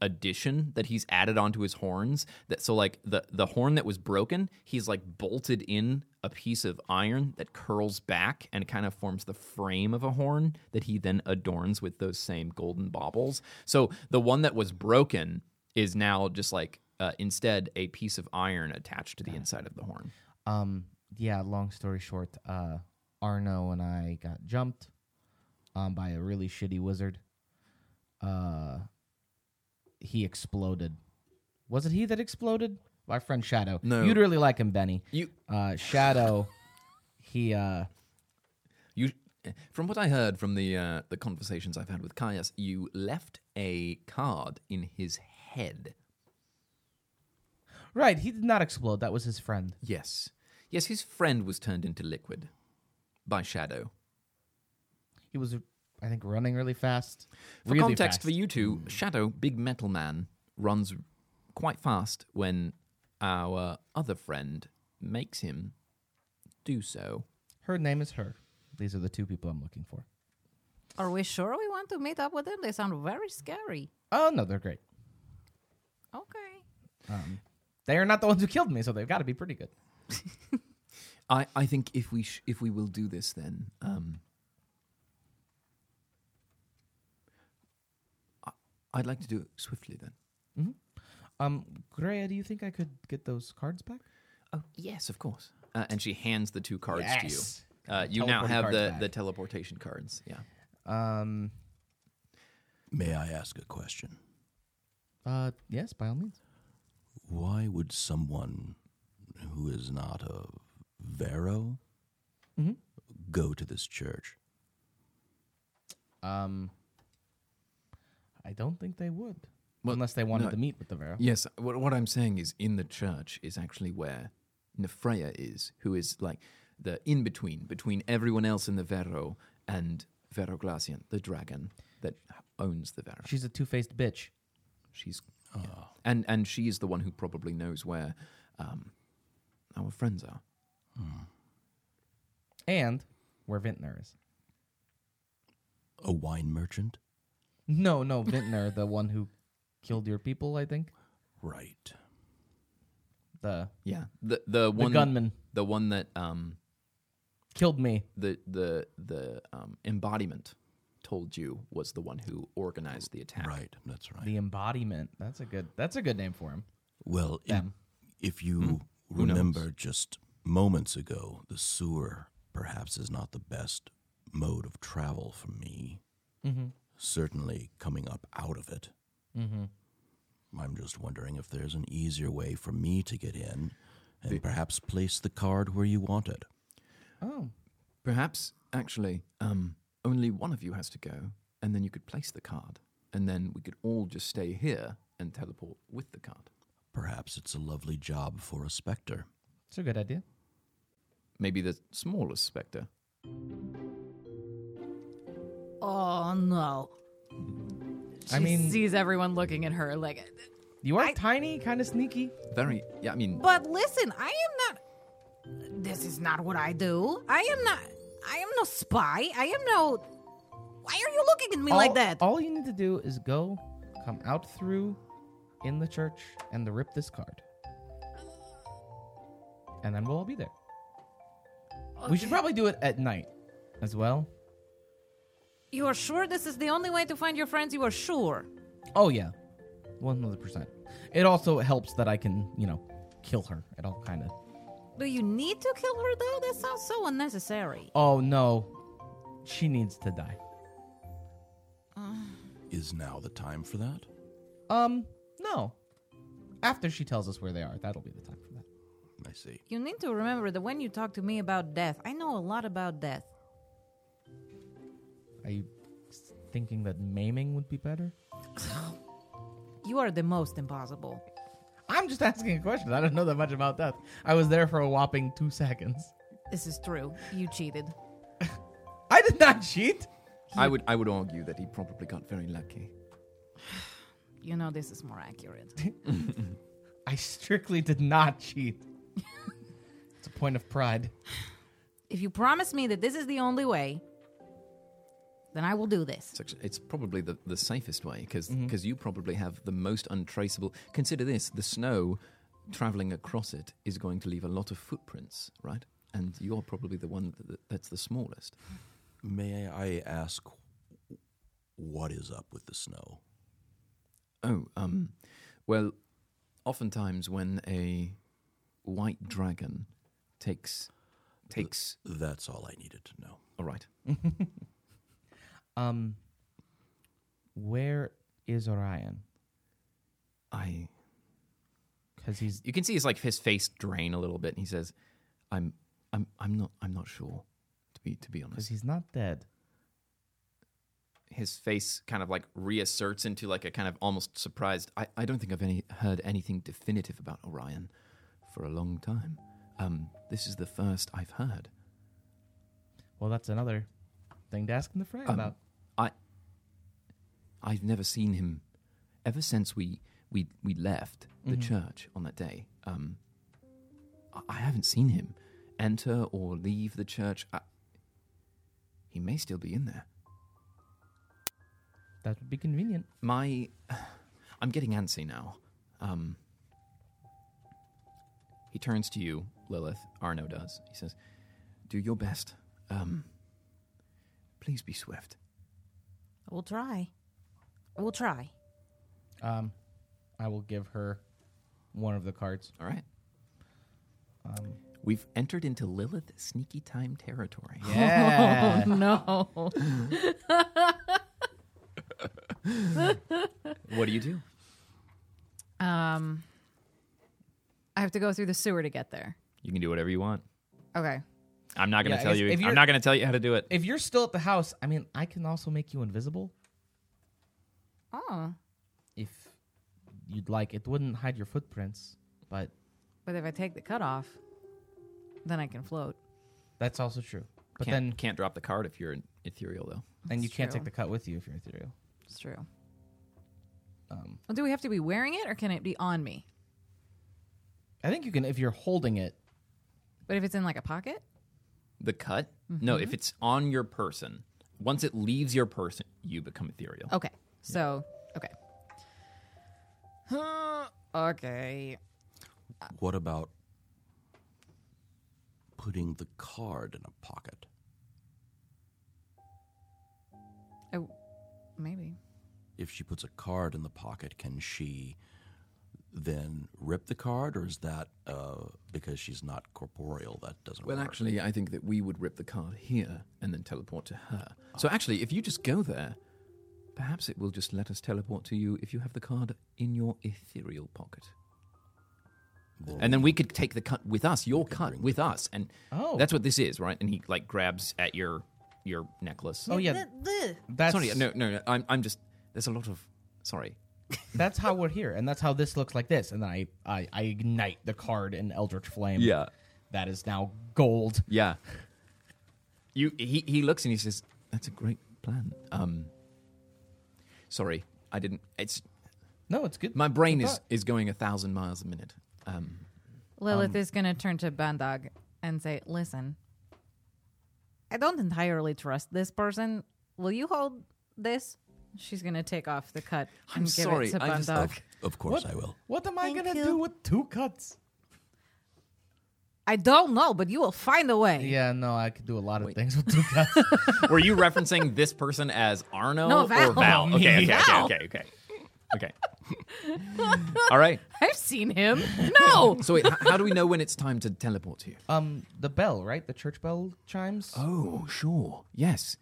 A: addition that he's added onto his horns. That so like the the horn that was broken, he's like bolted in a piece of iron that curls back and kind of forms the frame of a horn that he then adorns with those same golden baubles. So the one that was broken is now just like uh, instead a piece of iron attached to the inside of the horn.
E: Um, yeah. Long story short, uh, Arno and I got jumped, um, by a really shitty wizard. Uh, he exploded. Was it he that exploded? My friend Shadow.
A: No.
E: you'd really like him, Benny.
A: You-
E: uh, Shadow. he uh,
A: You, from what I heard from the uh, the conversations I've had with Caius, you left a card in his head.
E: right. He did not explode. That was his friend.
A: Yes, yes, his friend was turned into liquid by Shadow.
E: He was, I think, running really fast.
A: For
E: Really
A: context
E: fast. Hmm.
A: for you two, Shadow, big metal man, runs quite fast when our other friend makes him do so.
E: Her name is her. These are the two people I'm looking for.
L: Are we sure we want to meet up with them? They sound very scary.
E: Oh no, they're great.
L: Okay.
E: Um, they are not the ones who killed me, so they've got to be pretty good.
A: I, I think if we sh- if we will do this, then um, I'd like to do it swiftly then.
E: Um, Greya, do you think I could get those cards back?
A: Oh yes, of course. Uh, and she hands the two cards
E: Yes.
A: to you. Uh, you now
E: Teleporting
A: have
E: cards
A: the,
E: back.
A: the teleportation cards. Yeah.
E: Um,
H: May I ask a question?
E: uh, yes, by all means.
H: Why would someone who is not of Vero
E: Mhm.
H: go to this church?
E: Um, I don't think they would, unless they wanted
A: no.
E: to meet with the Vera.
A: Yes, what, what I'm saying is in the church is actually where Nefreya is, who is like the in between between everyone else in the Vero and Veroglacian, the dragon that owns the Vero.
E: She's a two-faced bitch. Oh.
A: She's yeah. and and she is the one who probably knows where um, our friends are.
E: and where Vintner is.
H: A wine merchant?
E: No, no, Vintner, the one who killed your people, I think.
H: Right.
E: The
A: Yeah, the the one
E: gunman.
A: the one that um,
E: killed me.
A: The the the um, embodiment told you was the one who organized the attack.
H: Right, that's right.
E: the embodiment. That's a good. That's a good name for him.
H: Well, i-
E: Them. Mm,
H: if you
E: Who knows?
H: remember just moments ago, the sewer perhaps is not the best mode of travel for me.
E: Mhm.
H: Mm-hmm. Certainly coming up out of it.
E: Mm-hmm.
H: I'm just wondering if there's an easier way for me to get in and perhaps place the card where you want it.
E: Oh,
A: Perhaps, actually, um, only one of you has to go, and then you could place the card, and then we could all just stay here and teleport with the card.
H: Perhaps it's a lovely job for a specter.
E: it's a good idea.
A: Maybe the smallest spectre.
L: Oh no.
E: I
L: She
E: mean-
L: sees everyone looking at her like.
E: You are tiny, kind of sneaky.
A: Very, yeah, I mean,
L: But listen, I am not. This is not what I do. I am not. I am no spy. I am no. Why are you looking at me like
A: Oh,
E: All-
L: that?
E: All you need to do is go, come out through, in the church, and to rip this card, and then we'll all be there. We should probably do it at night, as well.
L: You are sure this is the only way to find your friends? You are sure.
E: Oh yeah, one hundred percent. It also helps that I can, you know, kill her at all kind of.
L: Do you need to kill her though? That sounds so unnecessary.
E: Oh no, she needs to die. Uh.
H: Is now the time for that?
E: Um, no. After she tells us where they are, that'll be the time for that.
H: I see.
L: You need to remember that when you talk to me about death, I know a lot about death.
E: Are you s- thinking that maiming would be better?
L: You are the most impossible.
E: I'm just asking a question. I don't know that much about death. I was there for a whopping two seconds.
L: This is true. You cheated.
E: I did not cheat.
A: I would, I would argue that he probably got very lucky.
L: You know this is more accurate.
E: I strictly did not cheat. it's a point of pride.
L: if you promise me that this is the only way, then I will do this.
A: It's, actually, it's probably the, the safest way because
H: Mm-hmm.
A: you probably have the most untraceable. Consider this: the snow traveling across it is going to leave a lot of footprints, right? And you're probably the one that, that's the smallest.
H: May I ask what is up with the snow?
A: Oh, um, well, oftentimes when a white dragon takes takes,
H: That's all I needed to know.
A: all right,
E: Um, where is Orion?
A: I.
E: Because he's
A: You can see his like his face drain a little bit, and he says, "I'm, I'm, I'm not, I'm not sure." To be to be honest,
E: because he's not dead.
A: his face kind of like reasserts into like a kind of almost surprised. I, I don't think I've any heard anything definitive about Orion for a long time. Um, this is the first I've heard.
E: Well, that's another thing to ask him the fray
A: Um,
E: about.
A: I I've never seen him ever since we we we left
E: Mm-hmm.
A: the church on that day. Um, I, I haven't seen him enter or leave the church. I, he may still be in there.
E: That would be convenient.
A: My, I'm getting antsy now. Um, he turns to you, Lilith. Arno does. He says, "Do your best. Um, please be swift."
L: We'll try. We'll try.
E: Um, I will give her one of the cards.
A: All right.
E: Um,
A: We've entered into Lilith sneaky time territory.
E: Yeah.
M: no.
L: Oh,
A: what do you do?
L: Um, I have to go through the sewer to get there.
A: You can do whatever you want.
L: Okay.
A: I'm not going to
E: Yeah, I
A: tell
E: guess
A: you.
E: if
A: I'm
E: you're-
A: not going to tell you how to do it.
E: If you're still at the house, I mean, I can also make you invisible
L: Oh,
E: if you'd like. It wouldn't hide your footprints, but
L: but if I take the cut off, then I can float.
E: that's also true. But
A: can't,
E: then
A: can't drop the card if you're ethereal though.
E: and you
L: That's
E: can't
L: true.
E: take the cut with you if you're ethereal.
L: It's true.
E: Um,
L: Well, do we have to be wearing it, or can it be on me?
E: I think you can if you're holding it.
L: But if it's in like a pocket,
A: The cut? No,
L: Mhm.
A: if it's on your person, once it leaves your person, you become ethereal.
L: okay. So okay. Huh, okay.
H: What about putting the card in a pocket?
L: Oh, maybe.
H: If she puts a card in the pocket, can she then rip the card, or is that uh, because she's not corporeal? That doesn't
A: Well,
H: work.
A: actually, I think that we would rip the card here and then teleport to her. So, actually, if you just go there, perhaps it will just let us teleport to you if you have the card in your ethereal pocket. and then we could take the cut with us, your cut with us, and
E: Oh.
A: that's what this is, right? And he like grabs at your your necklace.
E: Oh yeah, that's
A: sorry. No, no, no. I'm I'm just there's a lot of sorry.
E: that's how we're here, and that's how this looks like this. And then I, I, I ignite the card in Eldritch Flame.
A: Yeah.
E: that is now gold.
A: Yeah. You he he looks and he says, "That's a great plan." Um Sorry, I didn't it's
E: No, it's good.
A: My brain
L: Good
A: is
L: thought.
A: is going a 1,000 miles a minute. Um
L: Lilith is gonna turn to Bandag and say, "Listen, I don't entirely trust this person. Will you hold this?" She's gonna take off the cut and give it to Bandag.
H: Of, of course, I will.
E: What am I gonna do with two cuts?
L: I don't know, but you will find a way.
E: Yeah, no, I could do a lot of things with two cuts.
A: Were you referencing this person as Arno
L: No,
A: or
L: Val.
A: Val? Okay, okay, okay,
L: Val.
A: okay, okay. Okay. All right.
L: I've seen him. No.
A: So wait, h- how do we know when it's time to teleport to you?
E: Um, the bell, right? The church bell chimes.
A: Oh, sure. Yes.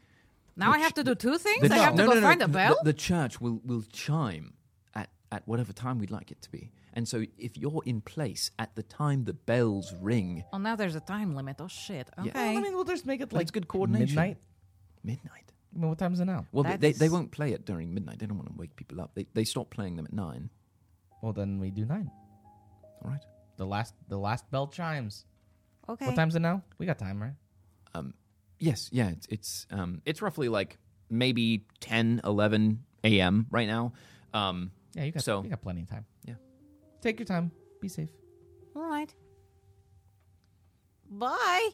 L: Now I have to do two things. I have to go find a
A: the-
L: bell.
A: The, church will, will chime at, at whatever time we'd like it to be. And so if you're in place at the time the bells ring,
L: Oh, now there's a time limit. Oh shit. Okay.
E: Well, I mean, we'll just make it
A: But
E: like
A: it's good coordination.
E: Midnight.
A: midnight.
E: I mean, what time's it now?
A: Well,
E: That
A: they, they
E: is-
A: won't play it during midnight. They don't want to wake people up. They, they stop playing them at nine.
E: Well, then we do nine.
A: All right.
E: The last, the last bell chimes.
L: Okay.
E: What time's it now? We got time, right?
A: Um, yes, yeah, it's it's, um, it's roughly like maybe 10, 11 a.m. right now. Um,
E: Yeah, you got.
A: so
E: you got plenty of time.
A: Yeah.
E: Take your time. Be safe.
L: All right. Bye.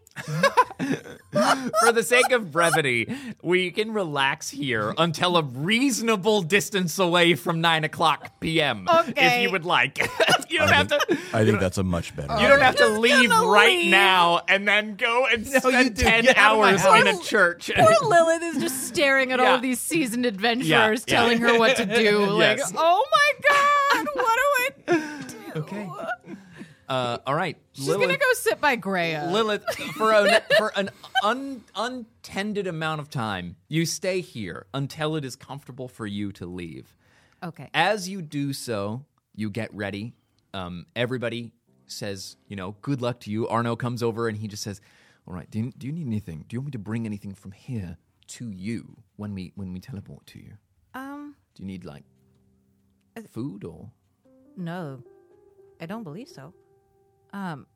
A: for the sake of brevity, we can relax here until a reasonable distance away from nine o'clock p.m.
L: Okay.
A: If you would like, you don't have to.
H: I think that's a much better.
A: You don't have to leave right now and then go and
L: Oh,
A: spend
E: do.
A: ten
E: Get out of my
A: hours
E: house.
A: in a church.
L: Poor Lilith is just staring at all
A: Yeah.
L: of these seasoned adventurers
A: Yeah, yeah.
L: telling her what to do. Like,
A: Yes.
L: oh my God, what do I do?
A: okay. Uh, all right.
L: She's
A: Lilith.
L: going to go sit by Greya.
A: Lilith, for an for an un, untended amount of time, you stay here until it is comfortable for you to leave.
L: okay.
A: As you do so, you get ready. Um, everybody says, you know, good luck to you. Arno comes over and he just says, "All right, do you, do you need anything? Do you want me to bring anything from here to you when we when we teleport to you?
L: Um,
A: Do you need like
L: Uh,
A: food or?"
L: no, I don't believe so. Um,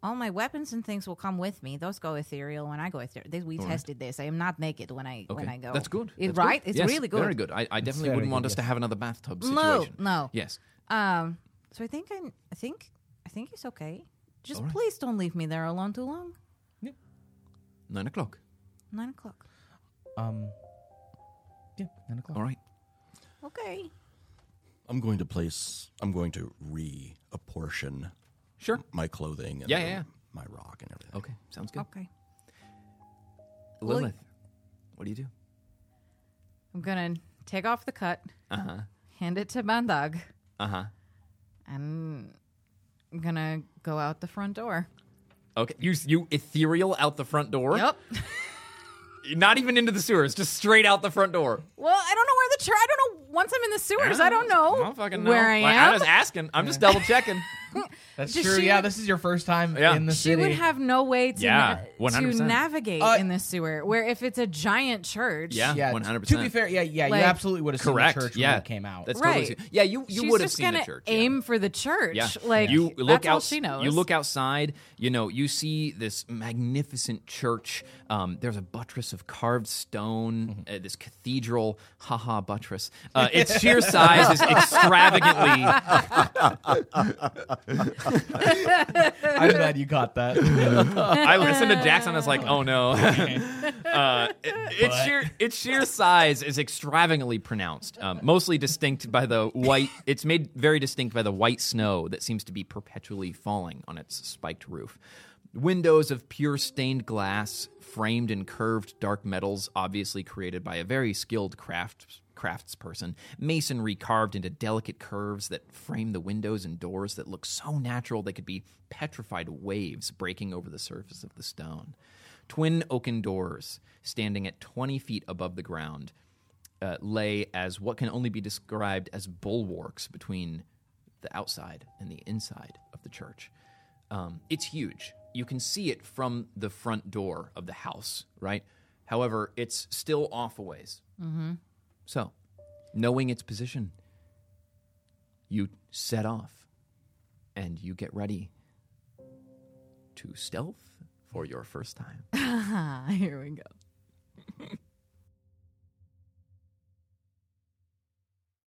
L: all my weapons and things will come with me. Those go ethereal when I go ethereal. They- We
A: All right.
L: tested this. I am not naked when I when I go.
A: That's good.
L: It-
A: That's good.
L: right? It's
A: Yes,
L: really good.
A: Very good. I, I definitely
E: very
A: wouldn't
E: good,
A: want us to
E: yes.
A: have another bathtub
L: No,
A: situation.
L: no.
A: Yes.
L: Um, so I think I'm, I think I think it's okay. Just
A: All right.
L: please don't leave me there alone too long.
A: Nine o'clock.
L: Nine o'clock.
E: Um. Yeah, nine o'clock.
A: All right.
L: Okay.
H: I'm going to place. I'm going to reapportion.
A: Sure.
H: My clothing. And
A: Yeah, yeah, yeah.
H: My rock and everything.
A: Okay. Sounds good.
L: Okay.
A: Lilith, what do you do?
L: I'm gonna take off the cut,
A: Uh huh.
F: hand it to Bandag.
A: Uh huh.
F: And I'm gonna go out the front door.
A: Okay. You you ethereal out the front door.
F: Yep.
A: Not even into the sewers, just straight out the front door.
F: Well, I don't know where the tra- I don't know. Once I'm in the sewers, I don't know,
A: I don't fucking know.
F: where I am.
A: Like, I'm just asking. I'm just double checking.
E: That's
F: Does
E: true.
F: she
E: Yeah,
F: would-
E: this is your first time
A: Yeah.
E: in the
F: she
E: city.
F: would have no way to
E: Yeah,
F: na- to
E: 100%.
F: navigate
E: Uh,
F: in the sewer. Where if it's a giant church,
E: To be fair, yeah, yeah,
F: Like-
E: you absolutely would have seen
A: Correct,
E: the church
A: yeah.
E: when it came out.
A: That's
F: right?
A: totally- yeah, you- you
F: She's
A: would have
F: just
A: seen the
F: gonna
A: church,
F: Aim for the church. Like
A: you look
F: that's
A: out.
F: all she knows.
A: You look outside. You know, you see this magnificent church. Um, there's a buttress of carved stone.
E: Mm-hmm.
A: Uh, this cathedral, haha, buttress. Uh, its sheer size is extravagantly.
E: I'm glad you caught that.
A: I listened to Jackson. I was like, oh no. uh, it- its
E: But-
A: sheer its sheer size is extravagantly pronounced. Um, mostly distinct by the white. It's made very distinct by the white snow that seems to be perpetually falling on its spiked roof. Windows of pure stained glass, framed in curved dark metals, obviously created by a very skilled craft craftsperson. Masonry carved into delicate curves that frame the windows and doors that look so natural they could be petrified waves breaking over the surface of the stone. Twin oaken doors, standing at 20 feet above the ground, uh, lay as what can only be described as bulwarks between the outside and the inside of the church. Um, it's huge. You can see it from the front door of the house, right? However, it's still off a ways.
F: Mhm.
A: So, knowing its position, you set off and you get ready to stealth for your first time.
F: Here we go.